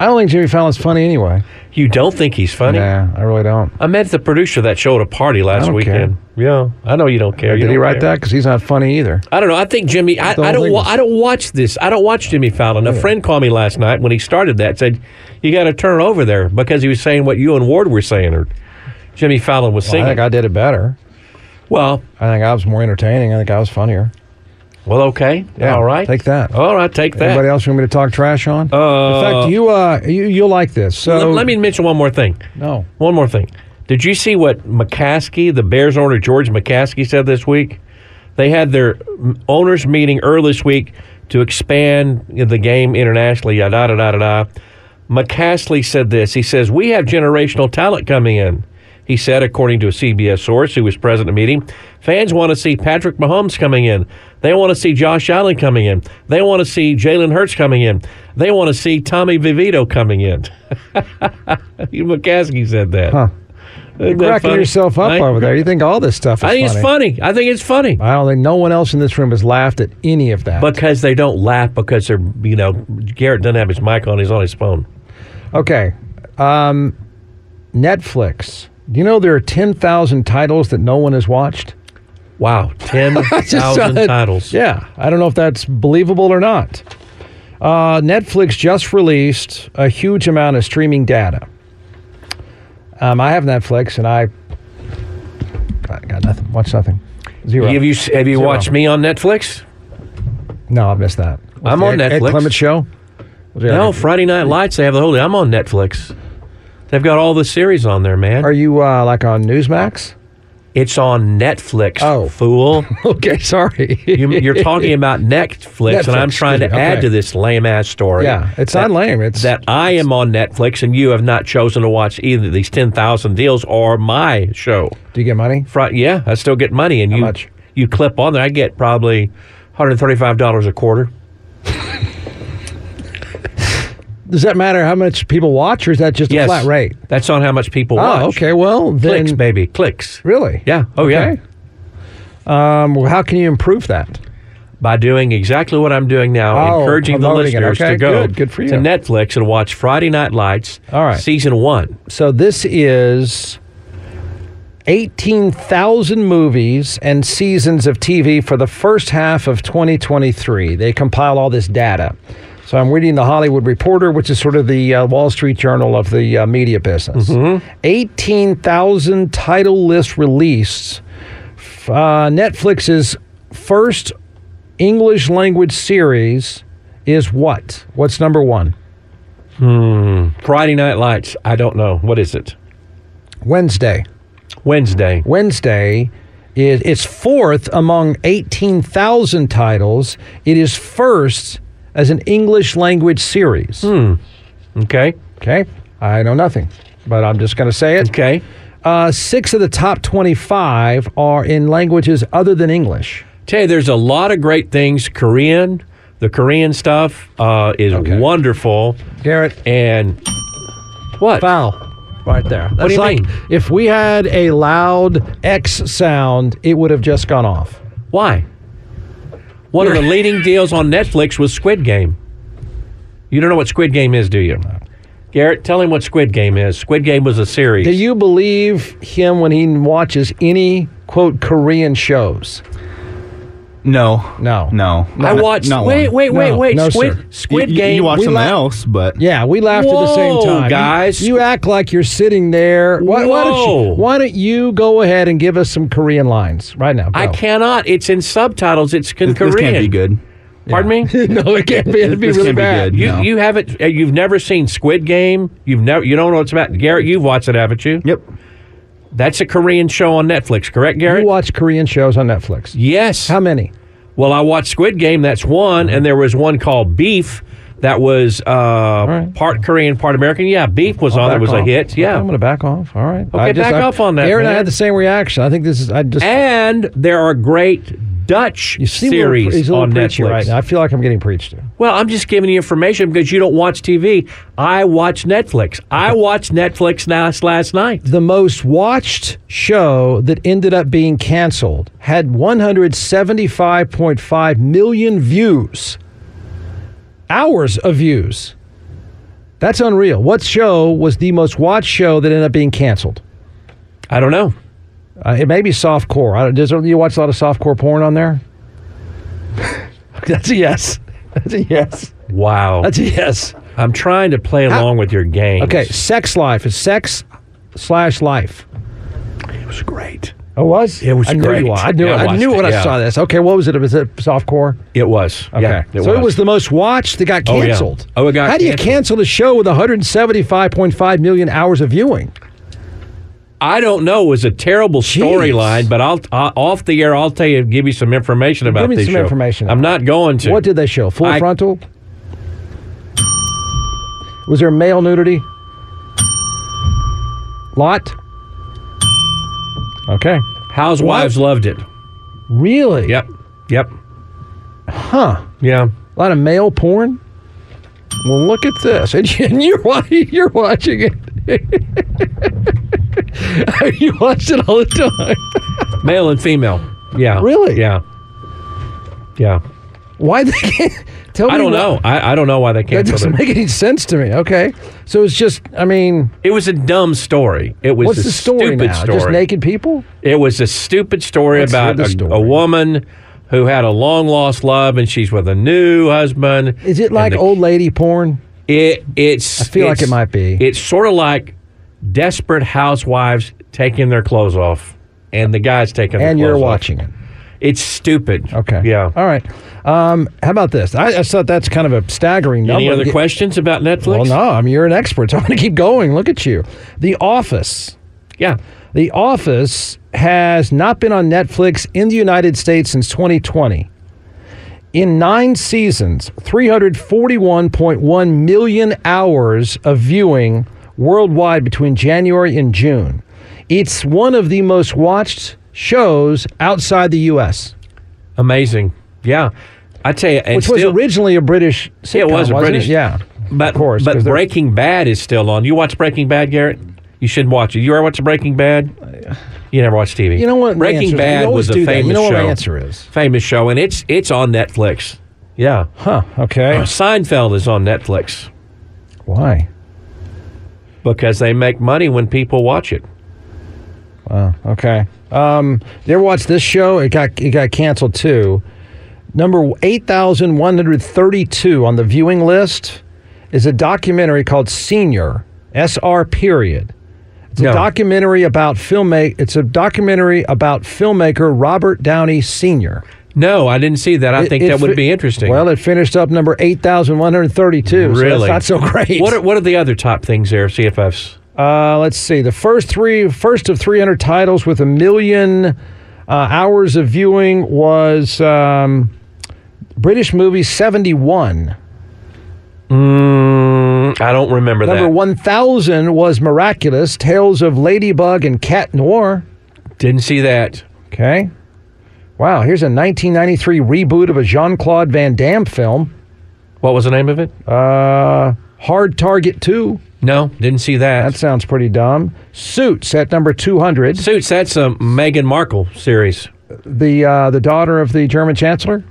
Speaker 3: I don't think Jimmy Fallon's funny anyway.
Speaker 2: You don't think he's funny.
Speaker 3: Nah, I really don't.
Speaker 2: I met the producer of that show at a party last
Speaker 3: don't
Speaker 2: weekend. Yeah, I know you don't care. You
Speaker 3: Did he
Speaker 2: don't
Speaker 3: write
Speaker 2: care.
Speaker 3: that? Because he's not funny either.
Speaker 2: I don't know. I think Jimmy. I,
Speaker 3: don't
Speaker 2: I don't.
Speaker 3: think
Speaker 2: Wa-
Speaker 3: so.
Speaker 2: I don't watch this. I don't watch Jimmy Fallon. A friend called me last night when he started that. Said you got to turn it over there because he was saying what you and Ward were saying, or Jimmy Fallon was
Speaker 3: I
Speaker 2: singing.
Speaker 3: think I did it better.
Speaker 2: Well,
Speaker 3: I think I was more entertaining. I think I was funnier.
Speaker 2: well, okay.
Speaker 3: Yeah,
Speaker 2: All right.
Speaker 3: take that.
Speaker 2: All right, take that.
Speaker 3: Anybody else you want me to talk trash on?
Speaker 2: Uh,
Speaker 3: In fact, you uh, you you like this? So
Speaker 2: Let- let me mention one more thing.
Speaker 3: no.
Speaker 2: One more thing. Did you see what McCaskey, the Bears owner George McCaskey, said this week? They had their mm, owners meeting early this week to expand the game internationally. Yada da da da da. McCaskey said this. He says we have generational talent coming in. He said, according to a CBS source who was present at the meeting, fans want to see Patrick Mahomes coming in. They want to see Josh Allen coming in. They want to see Jalen Hurts coming in. They want to see Tommy Vivito coming in. McCaskey said that.
Speaker 3: Huh.
Speaker 2: Isn't that
Speaker 3: Cracking
Speaker 2: funny?
Speaker 3: yourself up
Speaker 2: I-
Speaker 3: over there. You think all this stuff is
Speaker 2: I think
Speaker 3: funny?
Speaker 2: it's funny. I think it's funny
Speaker 3: I don't think no one else in this room has laughed at any of that.
Speaker 2: because they don't laugh because they're you know Garrett doesn't have his mic on. He's on his
Speaker 3: (laughs)
Speaker 2: phone.
Speaker 3: okay, um, Netflix. Do you know there are ten thousand titles that no one has watched?
Speaker 2: Wow, ten
Speaker 3: Just saw
Speaker 2: thousand
Speaker 3: it.
Speaker 2: titles.
Speaker 3: Yeah, I don't know if that's believable or not. Uh, Netflix just released a huge amount of streaming data. Um, I have Netflix, and I, I got nothing. Watch nothing. Zero.
Speaker 2: Have you have you
Speaker 3: Zero.
Speaker 2: watched me on Netflix?
Speaker 3: no, I missed that.
Speaker 2: I'm
Speaker 3: the
Speaker 2: on
Speaker 3: Ed, Ed
Speaker 2: Netflix.
Speaker 3: Clement show. Was it
Speaker 2: No,
Speaker 3: Ed-
Speaker 2: Friday Night Lights. They have the whole. I'm on Netflix. They've got all the series on there, man.
Speaker 3: Are you uh, like
Speaker 2: (laughs)
Speaker 3: on Newsmax?
Speaker 2: it's on Netflix.
Speaker 3: Oh.
Speaker 2: fool!
Speaker 3: Okay, (laughs) sorry.
Speaker 2: You, you're talking about Netflix, and I'm
Speaker 3: Netflix,
Speaker 2: trying to
Speaker 3: excuse me,
Speaker 2: add
Speaker 3: okay.
Speaker 2: to this lame ass story.
Speaker 3: yeah, it's
Speaker 2: that-
Speaker 3: not lame. It's
Speaker 2: that I am on Netflix and you have not chosen to watch either of these 10,000 deals or my show.
Speaker 3: Do you get money?
Speaker 2: Fri- Yeah, I still get money. And you,
Speaker 3: much?
Speaker 2: you clip on there, I get probably $135 a quarter.
Speaker 3: Does that matter how much people watch, or is that just a
Speaker 2: Yes.
Speaker 3: flat rate?
Speaker 2: That's on how much people watch.
Speaker 3: Oh, okay. Well, then
Speaker 2: Clicks, baby, clicks.
Speaker 3: really,
Speaker 2: Yeah. Oh, yeah.
Speaker 3: yeah. Um, well, how can you improve that?
Speaker 2: By doing exactly what I'm doing now,
Speaker 3: Oh,
Speaker 2: encouraging the
Speaker 3: promoting it.
Speaker 2: listeners
Speaker 3: Okay,
Speaker 2: to go
Speaker 3: good. Good for
Speaker 2: to
Speaker 3: you.
Speaker 2: Netflix and watch Friday Night Lights,
Speaker 3: All right.
Speaker 2: season one.
Speaker 3: So this is eighteen thousand movies and seasons of TV for the first half of 2023. They compile all this data. So I'm reading the Hollywood Reporter, which is sort of the uh, Wall Street Journal of the uh, media business. Eighteen thousand title list released. F- Uh, Netflix's first English language series is what? What's number one?
Speaker 2: Friday Night Lights. I don't know. What is it?
Speaker 3: Wednesday.
Speaker 2: Wednesday.
Speaker 3: Wednesday is it's fourth among 18,000 titles. It is first as an English language series.
Speaker 2: Hmm. Okay.
Speaker 3: Okay? I know nothing, but I'm just going to say it.
Speaker 2: Okay.
Speaker 3: Uh, six of the top 25 are in languages other than English.
Speaker 2: Tell you, there's a lot of great things. Korean, the Korean stuff uh, is
Speaker 3: Okay.
Speaker 2: wonderful.
Speaker 3: Garrett,
Speaker 2: And what?
Speaker 3: foul. Right there. That's
Speaker 2: do you
Speaker 3: like
Speaker 2: mean?
Speaker 3: if we had a loud X sound, it would have just gone off.
Speaker 2: Why? One of the leading deals on Netflix was Squid Game. You don't know what Squid Game is, do you? Garrett, tell him what Squid Game is. Squid Game was a series.
Speaker 3: Do you believe him when he watches any quote Korean shows?
Speaker 5: No.
Speaker 3: No.
Speaker 5: No.
Speaker 2: I watched.
Speaker 5: Not
Speaker 2: wait,
Speaker 5: one.
Speaker 2: wait, wait,
Speaker 3: No,
Speaker 2: wait.
Speaker 3: no,
Speaker 2: Squid,
Speaker 3: sir.
Speaker 2: Squid
Speaker 5: You- you-
Speaker 2: Game.
Speaker 5: You watch
Speaker 2: we
Speaker 5: something
Speaker 2: la-
Speaker 5: else, but
Speaker 3: Yeah, we laughed at the same
Speaker 2: Whoa,
Speaker 3: time. You-
Speaker 2: guys.
Speaker 3: You, act like you're sitting there. Why, why don't
Speaker 2: Whoa.
Speaker 3: you? Why don't you go ahead and give us some Korean lines right now?
Speaker 2: I
Speaker 3: Go.
Speaker 2: cannot. It's in subtitles. It's in
Speaker 5: this,
Speaker 2: Korean.
Speaker 5: this can't be good.
Speaker 2: Pardon me.
Speaker 5: (laughs)
Speaker 3: no, (laughs) it can't be. It'd be
Speaker 5: This
Speaker 3: really
Speaker 5: can't be
Speaker 3: bad.
Speaker 5: good.
Speaker 2: You
Speaker 5: No.
Speaker 2: you haven't uh, you've never seen Squid Game. You've never you don't know what it's about. Garrett, you've watched it, haven't you?
Speaker 5: Yep.
Speaker 2: That's a Korean show on Netflix, correct, Garrett?
Speaker 3: You watch Korean shows on Netflix.
Speaker 2: yes.
Speaker 3: How many?
Speaker 2: well, I watched Squid Game. That's one, and there was one called Beef. That was uh,
Speaker 3: right.
Speaker 2: part Korean, part American. Yeah, Beef was on. Oh,
Speaker 3: Back
Speaker 2: That was a
Speaker 3: off.
Speaker 2: hit.
Speaker 3: Okay, I'm
Speaker 2: Yeah.
Speaker 3: going to back off. All right.
Speaker 2: Okay, back off on that,
Speaker 3: Aaron and I
Speaker 2: man.
Speaker 3: had the same reaction. I think this is. I just.
Speaker 2: And there are great Dutch
Speaker 3: you see,
Speaker 2: series
Speaker 3: he's a little
Speaker 2: on
Speaker 3: preachy
Speaker 2: Netflix.
Speaker 3: right now. I feel like I'm getting preached to.
Speaker 2: Well, I'm just giving you information because you don't watch TV. I watch Netflix. I watched Netflix last last night.
Speaker 3: the most watched show that ended up being canceled had 175.5 million views. Hours of views. That's unreal. What show was the most watched show that ended up being canceled?
Speaker 2: I don't know.
Speaker 3: Uh, it may be softcore. I don't, does you watch a lot of softcore porn on there? (laughs) That's a yes. That's a yes.
Speaker 2: Wow.
Speaker 3: That's a yes.
Speaker 2: I'm trying to play along with your game.
Speaker 3: Okay, sex life is sex slash life.
Speaker 2: It was great.
Speaker 3: Oh, was
Speaker 2: It was
Speaker 3: I knew
Speaker 2: great.
Speaker 3: you were. I knew.
Speaker 2: Yeah, I
Speaker 3: it. I
Speaker 2: watched
Speaker 3: knew
Speaker 2: it,
Speaker 3: when
Speaker 2: yeah.
Speaker 3: I saw this. Okay, what was it? Was it softcore?
Speaker 2: It was.
Speaker 3: Okay,
Speaker 2: Yeah,
Speaker 3: so it was the most watched that got
Speaker 2: Oh, yeah.
Speaker 3: canceled.
Speaker 2: Oh, it got
Speaker 3: How do you
Speaker 2: canceled.
Speaker 3: cancel a show with 175.5 million hours of viewing?
Speaker 2: I don't know. It was a terrible storyline, but I'll I, off the air. I'll tell you, give you some information about
Speaker 3: me
Speaker 2: this
Speaker 3: some
Speaker 2: show.
Speaker 3: information.
Speaker 2: I'm not going to.
Speaker 3: What did they show? Full
Speaker 2: I-
Speaker 3: frontal? Was there male nudity? Lot? Okay.
Speaker 2: Housewives loved it.
Speaker 3: Really?
Speaker 2: Yep. Yep. Huh. Yeah.
Speaker 3: A lot of male porn? Well, look at this. And, you, and you're, wa- (laughs) you're watching it. (laughs) you watch it all the time.
Speaker 2: Male and female. Yeah.
Speaker 3: Really?
Speaker 2: Yeah. Yeah.
Speaker 3: Why they can't? Tell me
Speaker 2: I don't
Speaker 3: why-
Speaker 2: know. I, I don't know why they
Speaker 3: That
Speaker 2: canceled
Speaker 3: doesn't
Speaker 2: it.
Speaker 3: make any sense to me. Okay. So it's just, I mean,
Speaker 2: it was a dumb story. It was
Speaker 3: what's
Speaker 2: a
Speaker 3: the story
Speaker 2: stupid
Speaker 3: now?
Speaker 2: story.
Speaker 3: Just naked people?
Speaker 2: It was a stupid story
Speaker 3: Let's
Speaker 2: about
Speaker 3: hear
Speaker 2: a,
Speaker 3: the story.
Speaker 2: a woman who had a long lost love and she's with a new husband.
Speaker 3: Is it
Speaker 2: and
Speaker 3: like
Speaker 2: the-
Speaker 3: old lady porn?
Speaker 2: It it's. I
Speaker 3: feel like it might be.
Speaker 2: It's sort of like desperate housewives taking their clothes off, and the guys taking. their
Speaker 3: And you're
Speaker 2: clothes off.
Speaker 3: watching it.
Speaker 2: It's stupid.
Speaker 3: Okay.
Speaker 2: Yeah.
Speaker 3: All right. Um, how about this? I, I thought that's kind of a staggering number.
Speaker 2: Any other
Speaker 3: to get-
Speaker 2: questions about Netflix?
Speaker 3: Well, no. I mean, you're an expert. So I'm going to keep going. Look at you. The Office.
Speaker 2: Yeah.
Speaker 3: The Office has not been on Netflix in the United States since 2020. In nine seasons, 341.1 million hours of viewing worldwide between January and June. It's one of the most watched shows outside the U.S.,
Speaker 2: Amazing. Yeah. I tell you, and
Speaker 3: which
Speaker 2: still,
Speaker 3: was originally a British sitcom.
Speaker 2: Yeah, it was a
Speaker 3: wasn't
Speaker 2: British-
Speaker 3: It? Yeah.
Speaker 2: but
Speaker 3: of course,
Speaker 2: but
Speaker 3: 'cause they're-
Speaker 2: Breaking Bad is still on. You watch Breaking Bad, Garrett? You should watch it. You ever watch Breaking
Speaker 3: (sighs)
Speaker 2: Bad? You never watch TV.
Speaker 3: You know what? my answer
Speaker 2: Breaking
Speaker 3: is-
Speaker 2: Bad
Speaker 3: you always
Speaker 2: was a
Speaker 3: do that.
Speaker 2: famous
Speaker 3: You know what
Speaker 2: show.
Speaker 3: my answer is?
Speaker 2: Famous show, and it's it's on Netflix. Yeah.
Speaker 3: Huh. Okay.
Speaker 2: Seinfeld is on Netflix
Speaker 3: Why?
Speaker 2: because they make money when people watch it.
Speaker 3: Okay. Um, you ever watch this show? It got it got canceled too. Number eight thousand one hundred thirty-two on the viewing list is a documentary called Senior S R period. It's a
Speaker 2: No.
Speaker 3: documentary about filmmake. It's a documentary about filmmaker Robert Downey Senior.
Speaker 2: No, I didn't see that. I think
Speaker 3: It- it
Speaker 2: that would
Speaker 3: fi-
Speaker 2: be interesting.
Speaker 3: Well, it finished up number eight thousand one hundred thirty-two.
Speaker 2: really,
Speaker 3: so that's not so great.
Speaker 2: What are, what are the other top things there? CFFs.
Speaker 3: Uh, let's see. The first three, first of 300 titles with a million uh, hours of viewing was um, British movie 71. Hmm,
Speaker 2: Mm, I don't remember
Speaker 3: Number
Speaker 2: that.
Speaker 3: 1,000 was Miraculous Tales of Ladybug and Cat Noir.
Speaker 2: Didn't see that.
Speaker 3: Okay. Wow, here's a 1993 reboot of a Jean Claude Van Damme film,
Speaker 2: What was the name of it?
Speaker 3: uh, Hard Target 2.
Speaker 2: No, didn't see that.
Speaker 3: That sounds pretty dumb. Suits at number 200.
Speaker 2: Suits. That's a Meghan Markle series.
Speaker 3: The uh, the daughter of the German chancellor,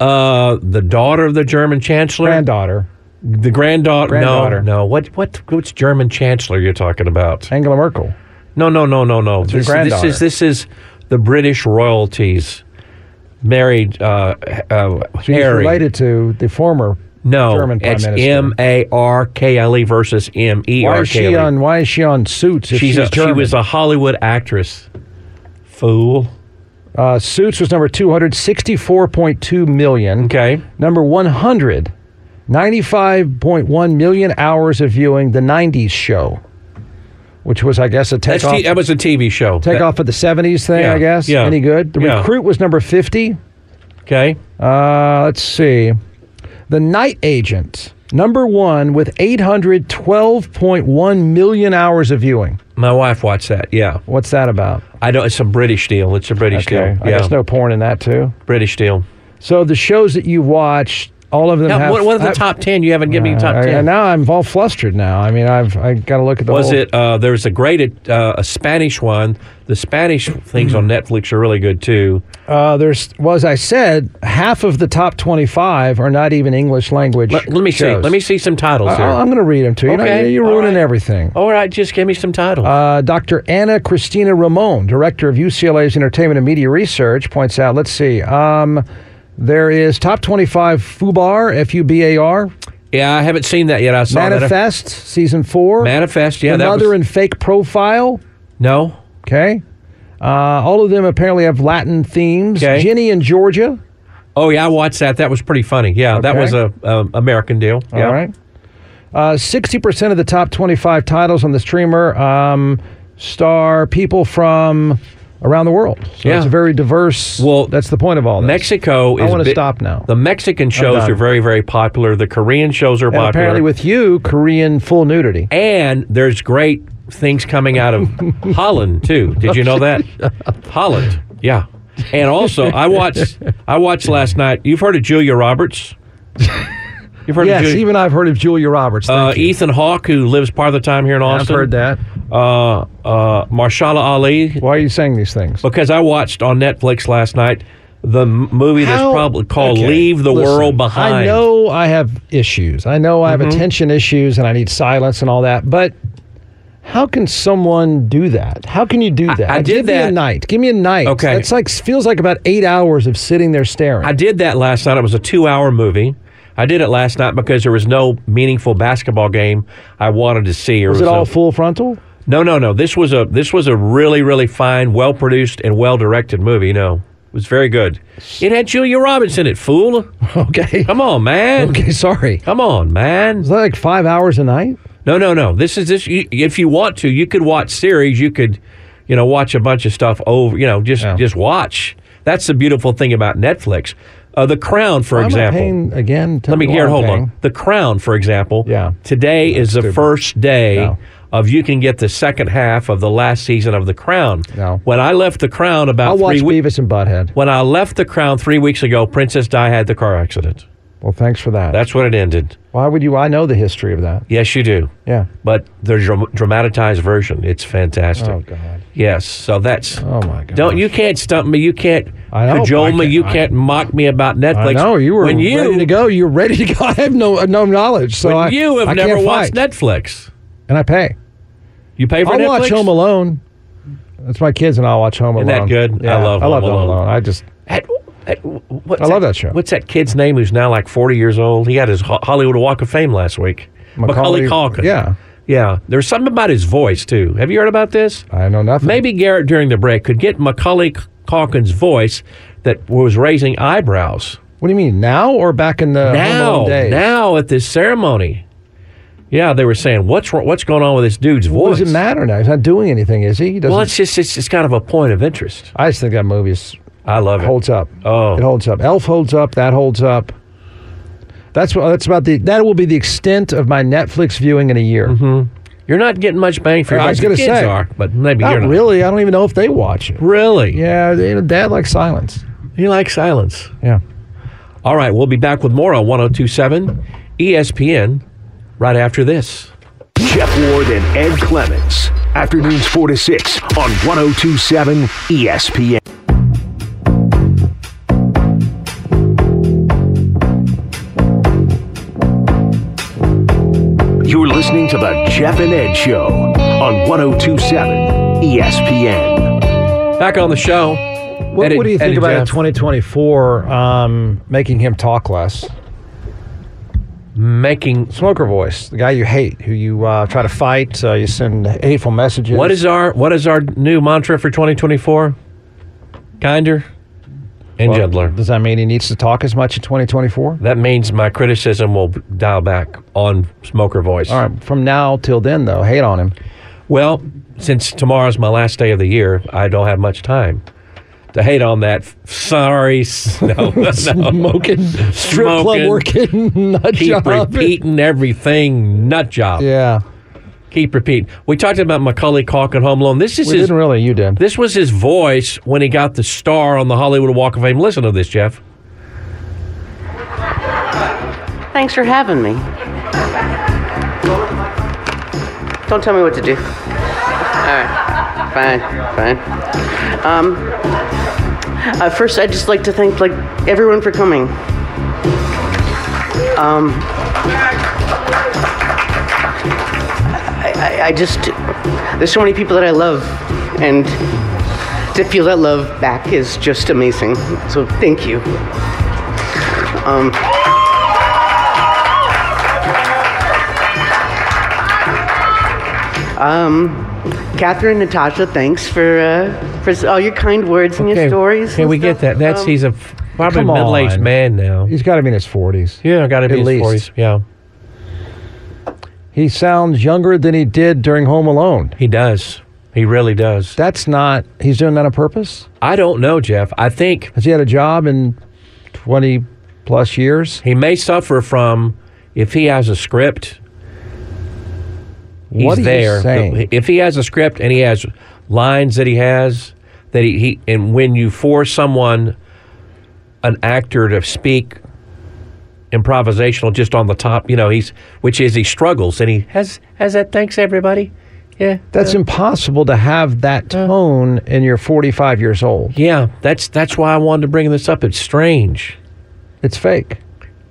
Speaker 2: Uh, the daughter of the German chancellor.
Speaker 3: granddaughter,
Speaker 2: The granddaughter.
Speaker 3: Granddaughter.
Speaker 2: No, no. What what which German chancellor you're talking about?
Speaker 3: Angela Merkel.
Speaker 2: No, no, no, no, no.
Speaker 3: your
Speaker 2: This, this
Speaker 3: granddaughter.
Speaker 2: is this is the British royalties married uh, uh,
Speaker 3: She's
Speaker 2: Harry.
Speaker 3: related to the former.
Speaker 2: no,
Speaker 3: German Prime
Speaker 2: it's
Speaker 3: Minister.
Speaker 2: M A R K L E versus M E
Speaker 3: Why
Speaker 2: R
Speaker 3: is she
Speaker 2: K L E.
Speaker 3: on? Why is she on Suits? If she's,
Speaker 2: She's a, she
Speaker 3: German?
Speaker 2: was a Hollywood actress. Fool.
Speaker 3: uh, Suits was number two hundred sixty-four point two million.
Speaker 2: Okay.
Speaker 3: Number one hundred ninety-five point one million hours of viewing. The '90s show, which was, I guess, a
Speaker 2: That's
Speaker 3: takeoff.
Speaker 2: t- that was a TV show.
Speaker 3: Take
Speaker 2: That-
Speaker 3: off of the '70s thing,
Speaker 2: Yeah,
Speaker 3: I guess.
Speaker 2: yeah,
Speaker 3: Any good? The
Speaker 2: yeah.
Speaker 3: recruit was number fifty.
Speaker 2: Okay.
Speaker 3: Uh, let's see. The Night Agent, number one, with eight hundred twelve point one million hours of viewing.
Speaker 2: My wife watched that. Yeah.
Speaker 3: What's that about?
Speaker 2: I don't. It's a British deal. It's a British
Speaker 3: Okay.
Speaker 2: deal.
Speaker 3: I
Speaker 2: Yeah,
Speaker 3: guess no porn in that too.
Speaker 2: British deal.
Speaker 3: So the shows that you watch, all of them
Speaker 2: Now,
Speaker 3: have.
Speaker 2: what, what are the
Speaker 3: I-
Speaker 2: top ten? You haven't given me top
Speaker 3: I-
Speaker 2: ten.
Speaker 3: and now I'm all flustered. Now I mean I've I got to look at the.
Speaker 2: was
Speaker 3: whole-
Speaker 2: it? Uh, there was a great uh, a Spanish one. The Spanish things on Netflix are really good too.
Speaker 3: Uh, there's well, as I said, half of the top 25 are not even English language.
Speaker 2: Let, let me see.
Speaker 3: shows.
Speaker 2: Let me see some titles
Speaker 3: I,
Speaker 2: here.
Speaker 3: I'm going to read them to you. You know,
Speaker 2: Okay,
Speaker 3: you're
Speaker 2: all
Speaker 3: ruining
Speaker 2: right.
Speaker 3: everything.
Speaker 2: All right, just give me some titles.
Speaker 3: Uh, Dr. Anna Christina Ramon, director of UCLA's Entertainment and Media Research, points out. Let's see. Um, there is top 25 FUBAR, F U B A R,
Speaker 2: yeah, I haven't seen that yet. I saw that.
Speaker 3: Manifest, season four.
Speaker 2: Manifest. Yeah,
Speaker 3: Another
Speaker 2: that was,
Speaker 3: and fake profile.
Speaker 2: no.
Speaker 3: Okay. Uh, all of them apparently have Latin themes.
Speaker 2: Okay.
Speaker 3: Ginny in Georgia.
Speaker 2: Oh yeah, I watched that. That was pretty funny. Yeah, that
Speaker 3: Okay.
Speaker 2: was a, a American deal. Yeah.
Speaker 3: All right. Uh, 60% of the top 25 titles on the streamer um, star people from around the world. So
Speaker 2: Yeah.
Speaker 3: it's a very diverse.
Speaker 2: Well,
Speaker 3: that's the point of all this.
Speaker 2: Mexico
Speaker 3: I
Speaker 2: is.
Speaker 3: wanna
Speaker 2: bi-
Speaker 3: stop now.
Speaker 2: The Mexican shows
Speaker 3: done.
Speaker 2: are very, very popular. The Korean shows are
Speaker 3: and
Speaker 2: popular.
Speaker 3: apparently, with you, Korean full nudity.
Speaker 2: and there's great things coming out
Speaker 3: (laughs)
Speaker 2: of Holland too. Did you know that? Holland, yeah. And also, I watched. I watched last night. You've heard of Julia Roberts. You've heard
Speaker 3: Yes,
Speaker 2: of Julia.
Speaker 3: even I've heard of Julia Roberts. Thank
Speaker 2: uh,
Speaker 3: you.
Speaker 2: Ethan Hawke, who lives part of the time here in
Speaker 3: I've
Speaker 2: Austin.
Speaker 3: heard that.
Speaker 2: Uh, uh, Marshala Ali,
Speaker 3: Why are you saying these things?
Speaker 2: because I watched on Netflix last night the m- movie that's
Speaker 3: How-
Speaker 2: probably called
Speaker 3: okay,
Speaker 2: "Leave the
Speaker 3: listen,
Speaker 2: World Behind." Mm-hmm.
Speaker 3: I know I have issues. I know I have attention issues and I need silence and all that, but how can someone do that? How can you do that?
Speaker 2: I
Speaker 3: Like,
Speaker 2: did
Speaker 3: give me a
Speaker 2: that-
Speaker 3: night. Give me a night.
Speaker 2: Okay.
Speaker 3: It's like feels like about eight hours of sitting there staring.
Speaker 2: I did that last night. It was a two hour movie. I did it last night because there was no meaningful basketball game I wanted to see. Or
Speaker 3: Is it all
Speaker 2: no-
Speaker 3: full frontal? (laughs)
Speaker 2: No, no, no. This was a this was a really, really fine, well produced and well directed movie. No, it was very good. It had Julia Roberts in it. Fool,
Speaker 3: Okay.
Speaker 2: come on, man.
Speaker 3: Okay, sorry.
Speaker 2: Come on, man.
Speaker 3: Is that like five hours a night?
Speaker 2: No, no, no. This is this. You, if you want to, you could watch series. You could, you know, watch a bunch of stuff over. You know, just
Speaker 3: Yeah.
Speaker 2: just watch. That's the beautiful thing about Netflix. Uh, the Crown, for
Speaker 3: Why am I
Speaker 2: example.
Speaker 3: paying again.
Speaker 2: Let me
Speaker 3: hear.
Speaker 2: here. Hold on. The Crown, for example.
Speaker 3: Yeah.
Speaker 2: Today is the
Speaker 3: stupid.
Speaker 2: first day
Speaker 3: No.
Speaker 2: of you can get the second half of the last season of The Crown.
Speaker 3: No.
Speaker 2: When I left The Crown about
Speaker 3: I'll watch
Speaker 2: three weeks.
Speaker 3: Beavis and Butthead.
Speaker 2: When I left The Crown three weeks ago, Princess Di had the car accident.
Speaker 3: Well, thanks for that.
Speaker 2: That's when it ended.
Speaker 3: Why would you? I know the history of that.
Speaker 2: Yes, you do.
Speaker 3: Yeah.
Speaker 2: But the dram- dramatized version, it's fantastic.
Speaker 3: Oh God.
Speaker 2: Yes. So that's.
Speaker 3: Oh my God.
Speaker 2: Don't you can't stump me. You can't
Speaker 3: I know,
Speaker 2: cajole
Speaker 3: I
Speaker 2: me.
Speaker 3: can't-
Speaker 2: You
Speaker 3: I-
Speaker 2: can't mock me about
Speaker 3: I
Speaker 2: Netflix.
Speaker 3: know you were
Speaker 2: when you
Speaker 3: ready to go. You're ready to go. (laughs) I have no no knowledge, so
Speaker 2: when
Speaker 3: I,
Speaker 2: you have
Speaker 3: I
Speaker 2: never
Speaker 3: can't
Speaker 2: watched
Speaker 3: fight.
Speaker 2: Netflix.
Speaker 3: and I pay.
Speaker 2: You pay for
Speaker 3: I'll
Speaker 2: Netflix.
Speaker 3: watch Home Alone. That's my kids, and I'll watch Home Alone.
Speaker 2: Isn't that good? I
Speaker 3: Yeah,
Speaker 2: love
Speaker 3: I love
Speaker 2: Home
Speaker 3: Home Alone.
Speaker 2: Alone.
Speaker 3: I just
Speaker 2: That- that- what's
Speaker 3: I love that show.
Speaker 2: What's that kid's name who's now like 40 years old? He had his Ho- Hollywood Walk of Fame last week. Macaulay, Culkin.
Speaker 3: Yeah,
Speaker 2: Yeah. There's something about his voice, too. Have you heard about this?
Speaker 3: I know nothing.
Speaker 2: Maybe Garrett during the break could get Macaulay Calkin's voice that was raising eyebrows.
Speaker 3: What do you mean now or back in the Home
Speaker 2: now,
Speaker 3: Alone days?
Speaker 2: now at this ceremony. Yeah, they were saying, what's wrong- what's going on with this dude's
Speaker 3: what
Speaker 2: voice?
Speaker 3: does it matter now? He's not doing anything, is he? he doesn't,
Speaker 2: Well, it's just, it's just kind of a point of interest.
Speaker 3: I just think that movie is,
Speaker 2: I love it.
Speaker 3: holds up.
Speaker 2: Oh.
Speaker 3: it holds up. Elf holds up. That holds up. That's what. That's about the. That will be the extent of my Netflix viewing in a year.
Speaker 2: Mm-hmm. You're not getting much bang for your
Speaker 3: I
Speaker 2: buck.
Speaker 3: was
Speaker 2: Your
Speaker 3: gonna
Speaker 2: kids
Speaker 3: say.
Speaker 2: are, but maybe
Speaker 3: Not
Speaker 2: you're not.
Speaker 3: really. I don't even know if they watch it.
Speaker 2: Really?
Speaker 3: Yeah, they- you know, dad likes silence.
Speaker 2: You like silence.
Speaker 3: Yeah.
Speaker 2: All right, we'll be back with more on 1027 ESPN right after this.
Speaker 1: Jeff Ward and Ed Clements. Afternoons 4 to 6 on 1027 ESPN. You're listening to The Jeff and Ed Show on 1027 ESPN.
Speaker 2: Back on the show.
Speaker 3: What,
Speaker 2: Ed-
Speaker 3: what do you
Speaker 2: Ed
Speaker 3: think
Speaker 2: and
Speaker 3: about in
Speaker 2: Jeff.
Speaker 3: 2024 um, making him talk less?
Speaker 2: Making
Speaker 3: Smoker voice, the guy you hate, who you uh, try to fight, uh, you send hateful messages.
Speaker 2: what is our what is our new mantra for 2024? Kinder and
Speaker 3: Well,
Speaker 2: gentler.
Speaker 3: Does that mean he needs to talk as much in 2024?
Speaker 2: That means my criticism will dial back on smoker voice.
Speaker 3: All right, from now till then, though, hate on him.
Speaker 2: Well, since tomorrow's my last day of the year, I don't have much time to hate on that. f- Sorry, (laughs) s- no, no.
Speaker 3: Smoking, strip club
Speaker 2: Smoking.
Speaker 3: working, (laughs) nut
Speaker 2: Keep
Speaker 3: job.
Speaker 2: repeating everything, nut job.
Speaker 3: Yeah,
Speaker 2: Keep repeating. We talked about Macaulay Culkin Home Alone. This is
Speaker 3: we
Speaker 2: his.
Speaker 3: didn't really. You did.
Speaker 2: This was his voice when he got the star on the Hollywood Walk of Fame. Listen to this, Jeff.
Speaker 6: Thanks for having me. Don't tell me what to do. All right, fine, fine. Um, uh, first, I'd just like to thank like everyone for coming. Um, I, I, I just there's so many people that I love, and to feel that love back is just amazing. So thank you. Um, Um, Catherine, Natasha, thanks for uh, for all your kind words and your stories.
Speaker 2: Can
Speaker 6: and
Speaker 2: we get
Speaker 6: stuff.
Speaker 2: that? That's
Speaker 6: Um,
Speaker 2: he's a f- probably
Speaker 3: Come
Speaker 2: middle aged
Speaker 3: on.
Speaker 2: man now.
Speaker 3: He's got to be in his 40s.
Speaker 2: Yeah, got to be in
Speaker 3: At
Speaker 2: his
Speaker 3: least.
Speaker 2: forties. Yeah,
Speaker 3: He sounds younger than he did during Home Alone.
Speaker 2: he does. He really does.
Speaker 3: That's not, he's doing that on purpose?
Speaker 2: I don't know, Jeff. I think
Speaker 3: Has he had a job in 20 plus years?
Speaker 2: he may suffer from if he has a script. He's
Speaker 3: What are you
Speaker 2: there.
Speaker 3: saying?
Speaker 2: If he has a script and he has lines that he has that he, he and when you force someone, an actor to speak improvisational just on the top, you know, he's which is he struggles and he has has that. Thanks everybody. Yeah,
Speaker 3: That's impossible to have that tone and you're 45 years old.
Speaker 2: yeah. That's that's why I wanted to bring this up. It's strange.
Speaker 3: It's fake.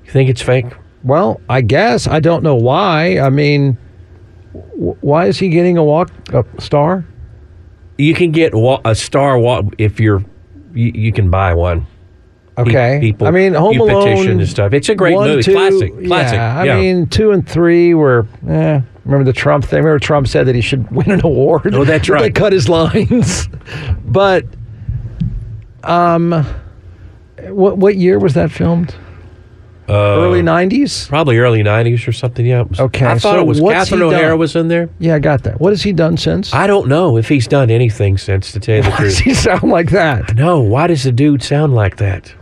Speaker 2: You think it's fake?
Speaker 3: Well, I guess I don't know why. I mean, w- why is he getting a walk a star?
Speaker 2: You can get wa- a star wa- if you're. You, you can buy one. pe-
Speaker 3: Okay,
Speaker 2: people-
Speaker 3: I mean, Home
Speaker 2: you
Speaker 3: Alone
Speaker 2: petition and stuff. It's a great
Speaker 3: one,
Speaker 2: movie.
Speaker 3: two-
Speaker 2: Classic. Classic.
Speaker 3: Yeah, I
Speaker 2: Yeah.
Speaker 3: mean, two and three were. Eh, remember the Trump thing? Remember Trump said that he should win an award.
Speaker 2: Oh, that's
Speaker 3: (laughs) They
Speaker 2: right.
Speaker 3: cut his lines, (laughs) but um, what what year was that filmed?
Speaker 2: Uh,
Speaker 3: Early nineties.
Speaker 2: Probably early '90s or something. Yeah. It was-
Speaker 3: Okay,
Speaker 2: I thought
Speaker 3: so
Speaker 2: it was
Speaker 3: what's
Speaker 2: Catherine
Speaker 3: he done?
Speaker 2: O'Hara was in there.
Speaker 3: Yeah, I got that. What has he done since?
Speaker 2: I don't know if he's done anything since. To tell you the
Speaker 3: (laughs) Why does
Speaker 2: truth,
Speaker 3: he sound like that?
Speaker 2: no. Why does the dude sound like that?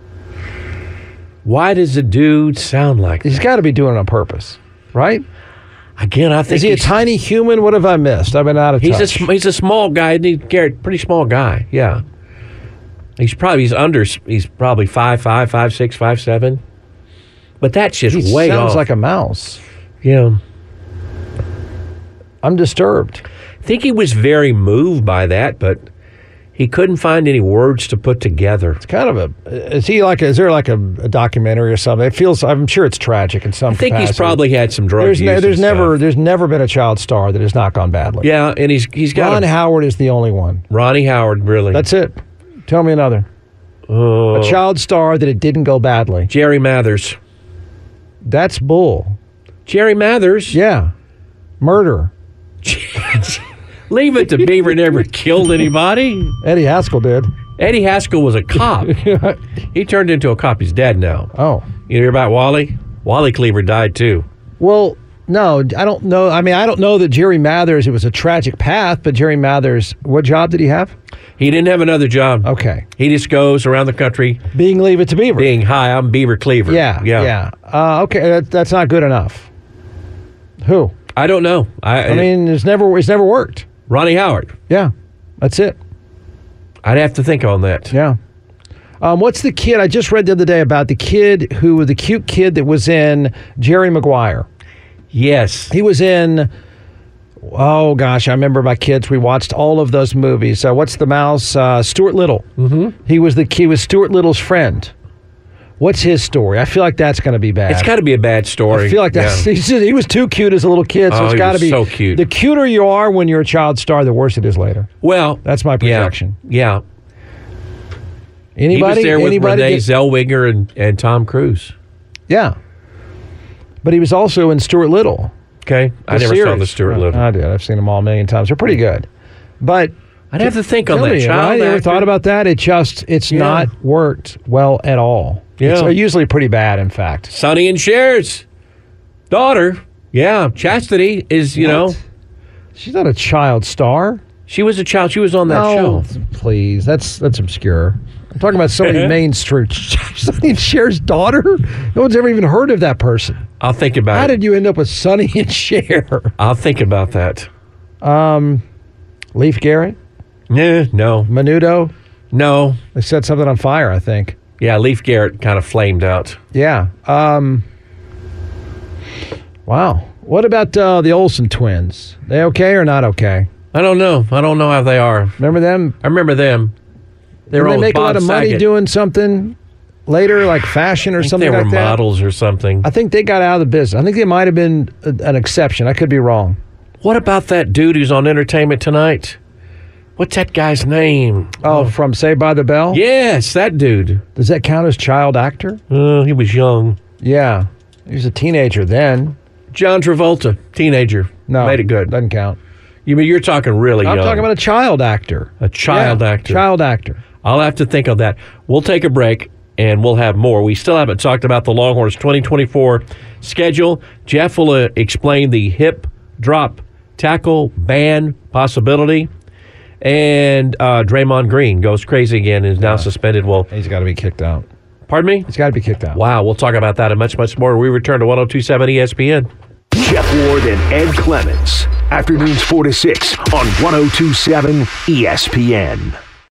Speaker 2: Why does the dude sound like that?
Speaker 3: He's got to be doing it on purpose, right?
Speaker 2: Again, I think
Speaker 3: Is he a
Speaker 2: he's,
Speaker 3: tiny human? What have I missed? I've been out of
Speaker 2: he's a
Speaker 3: touch.
Speaker 2: sm- he's a small guy. He's Garrett, pretty small guy. Yeah. He's probably he's under he's probably five five five six five seven, but that's just
Speaker 3: he
Speaker 2: way
Speaker 3: sounds
Speaker 2: off.
Speaker 3: like a mouse.
Speaker 2: yeah.
Speaker 3: I'm disturbed.
Speaker 2: think he was very moved by that, but he couldn't find any words to put together.
Speaker 3: Kind of a is he like? Is there like a, a documentary or something? It feels. I'm sure it's tragic in some.
Speaker 2: I think he's
Speaker 3: capacity.
Speaker 2: probably had some drug
Speaker 3: There's
Speaker 2: use.
Speaker 3: ne-
Speaker 2: and
Speaker 3: there's
Speaker 2: stuff.
Speaker 3: never there's never been a child star that has not gone badly.
Speaker 2: Yeah, and he's he's got
Speaker 3: Ron
Speaker 2: a-
Speaker 3: Howard is the only one.
Speaker 2: Ronnie Howard really.
Speaker 3: That's it. Tell me another. a child star that it didn't go badly.
Speaker 2: Jerry Mathers.
Speaker 3: That's bull.
Speaker 2: Jerry Mathers.
Speaker 3: Yeah. Murder.
Speaker 2: (laughs) Leave it to Beaver never killed anybody.
Speaker 3: Eddie Haskell did.
Speaker 2: Eddie Haskell was a
Speaker 3: (laughs)
Speaker 2: cop. he turned into a cop. He's dead now.
Speaker 3: Oh.
Speaker 2: You hear about Wally? Wally Cleaver died too.
Speaker 3: Well, no, I don't know. I mean, I don't know that Jerry Mathers. It was a tragic path, but Jerry Mathers. What job did he have?
Speaker 2: He didn't have another job.
Speaker 3: Okay,
Speaker 2: He just goes around the country
Speaker 3: being Leave It to Beaver.
Speaker 2: being, "Hi, I'm Beaver Cleaver."
Speaker 3: yeah, yeah. Uh, okay, that, that's not good enough. Who?
Speaker 2: I don't know. I,
Speaker 3: I mean, it's never it's never worked.
Speaker 2: Ronnie Howard.
Speaker 3: Yeah, that's it.
Speaker 2: I'd have to think on that.
Speaker 3: Yeah. Um, what's the kid? I just read the other day about the kid who was the cute kid that was in Jerry Maguire.
Speaker 2: Yes.
Speaker 3: He was in. Oh gosh, I remember my kids. We watched all of those movies. Uh, what's the mouse? Uh, Stuart Little. Mm-hmm. He was the he was Stuart Little's friend. What's his story? I feel like that's going to be bad.
Speaker 2: It's got to be a bad story.
Speaker 3: I feel like that's
Speaker 2: Yeah.
Speaker 3: (laughs) he's just- he was too cute as a little kid, so
Speaker 2: Oh,
Speaker 3: it's
Speaker 2: he
Speaker 3: got to
Speaker 2: was
Speaker 3: be
Speaker 2: so cute.
Speaker 3: The cuter you are when you're a child star, the worse it is later.
Speaker 2: Well,
Speaker 3: That's my projection.
Speaker 2: Yeah. yeah. He
Speaker 3: Anybody?
Speaker 2: was there with
Speaker 3: anybody?
Speaker 2: Renee
Speaker 3: get-
Speaker 2: Zellweger and, and Tom Cruise.
Speaker 3: yeah, but he was also in Stuart Little.
Speaker 2: Okay. I
Speaker 3: the
Speaker 2: never saw
Speaker 3: series. Uh,
Speaker 2: the Stuart
Speaker 3: I-
Speaker 2: Little.
Speaker 3: I did. I've seen them all a million times. They're pretty good, but
Speaker 2: I'd have to think on
Speaker 3: Tell
Speaker 2: that.
Speaker 3: me,
Speaker 2: Child
Speaker 3: I never
Speaker 2: actor.
Speaker 3: thought about that. It just it's not worked well at all.
Speaker 2: Yeah.
Speaker 3: It's usually pretty bad, in fact.
Speaker 2: Sonny and Cher's daughter. Yeah. Chastity is, you know,
Speaker 3: She's not a child star.
Speaker 2: she was a child. She was on that
Speaker 3: No,
Speaker 2: show.
Speaker 3: please. That's that's obscure. I'm talking about
Speaker 2: Uh-huh.
Speaker 3: somebody mainstream. (laughs) Sonny and Cher's daughter? No one's ever even heard of that person.
Speaker 2: I'll think
Speaker 3: How
Speaker 2: about it.
Speaker 3: did you end up with Sonny (laughs) and Cher?
Speaker 2: I'll think about that.
Speaker 3: Leaf Garrett,
Speaker 2: Yeah. Eh, No.
Speaker 3: Menudo.
Speaker 2: No.
Speaker 3: They set something on fire, I think.
Speaker 2: Yeah. Leaf Garrett kind of flamed out.
Speaker 3: Yeah. Um, wow. What about uh, the Olsen twins? They okay or not okay?
Speaker 2: I don't know. I don't know how they are.
Speaker 3: Remember them?
Speaker 2: I remember them. They were
Speaker 3: Didn't
Speaker 2: on with
Speaker 3: they make a
Speaker 2: Bob
Speaker 3: lot of money
Speaker 2: Saget.
Speaker 3: doing something later, like fashion or
Speaker 2: I think
Speaker 3: something
Speaker 2: they were
Speaker 3: like that.
Speaker 2: models or something.
Speaker 3: I think they got out of the business. I think they might have been a, an exception. I could be wrong.
Speaker 2: What about that dude who's on Entertainment Tonight? What's that guy's name?
Speaker 3: Oh, from Saved by the Bell.
Speaker 2: Yes, that dude.
Speaker 3: Does that count as child actor?
Speaker 2: Uh, he was young.
Speaker 3: Yeah. He was a teenager then.
Speaker 2: John Travolta, teenager.
Speaker 3: No,
Speaker 2: made it good.
Speaker 3: Doesn't count.
Speaker 2: You mean you're talking really
Speaker 3: I'm
Speaker 2: young?
Speaker 3: talking about a child actor.
Speaker 2: a child
Speaker 3: Yeah,
Speaker 2: actor.
Speaker 3: Child actor.
Speaker 2: I'll have to think on that. We'll take a break and we'll have more. We still haven't talked about the Longhorns 2024 schedule. Jeff will uh, explain the hip drop tackle ban possibility. And uh, Draymond Green goes crazy again and is now suspended. Well,
Speaker 3: He's got to be kicked out.
Speaker 2: pardon me?
Speaker 3: He's got to be kicked out.
Speaker 2: Wow, we'll talk about that and much, much more. We return to 1027 ESPN.
Speaker 1: Jeff Ward and Ed oh E Clements. Afternoons 4 to 6 on 1027 ESPN.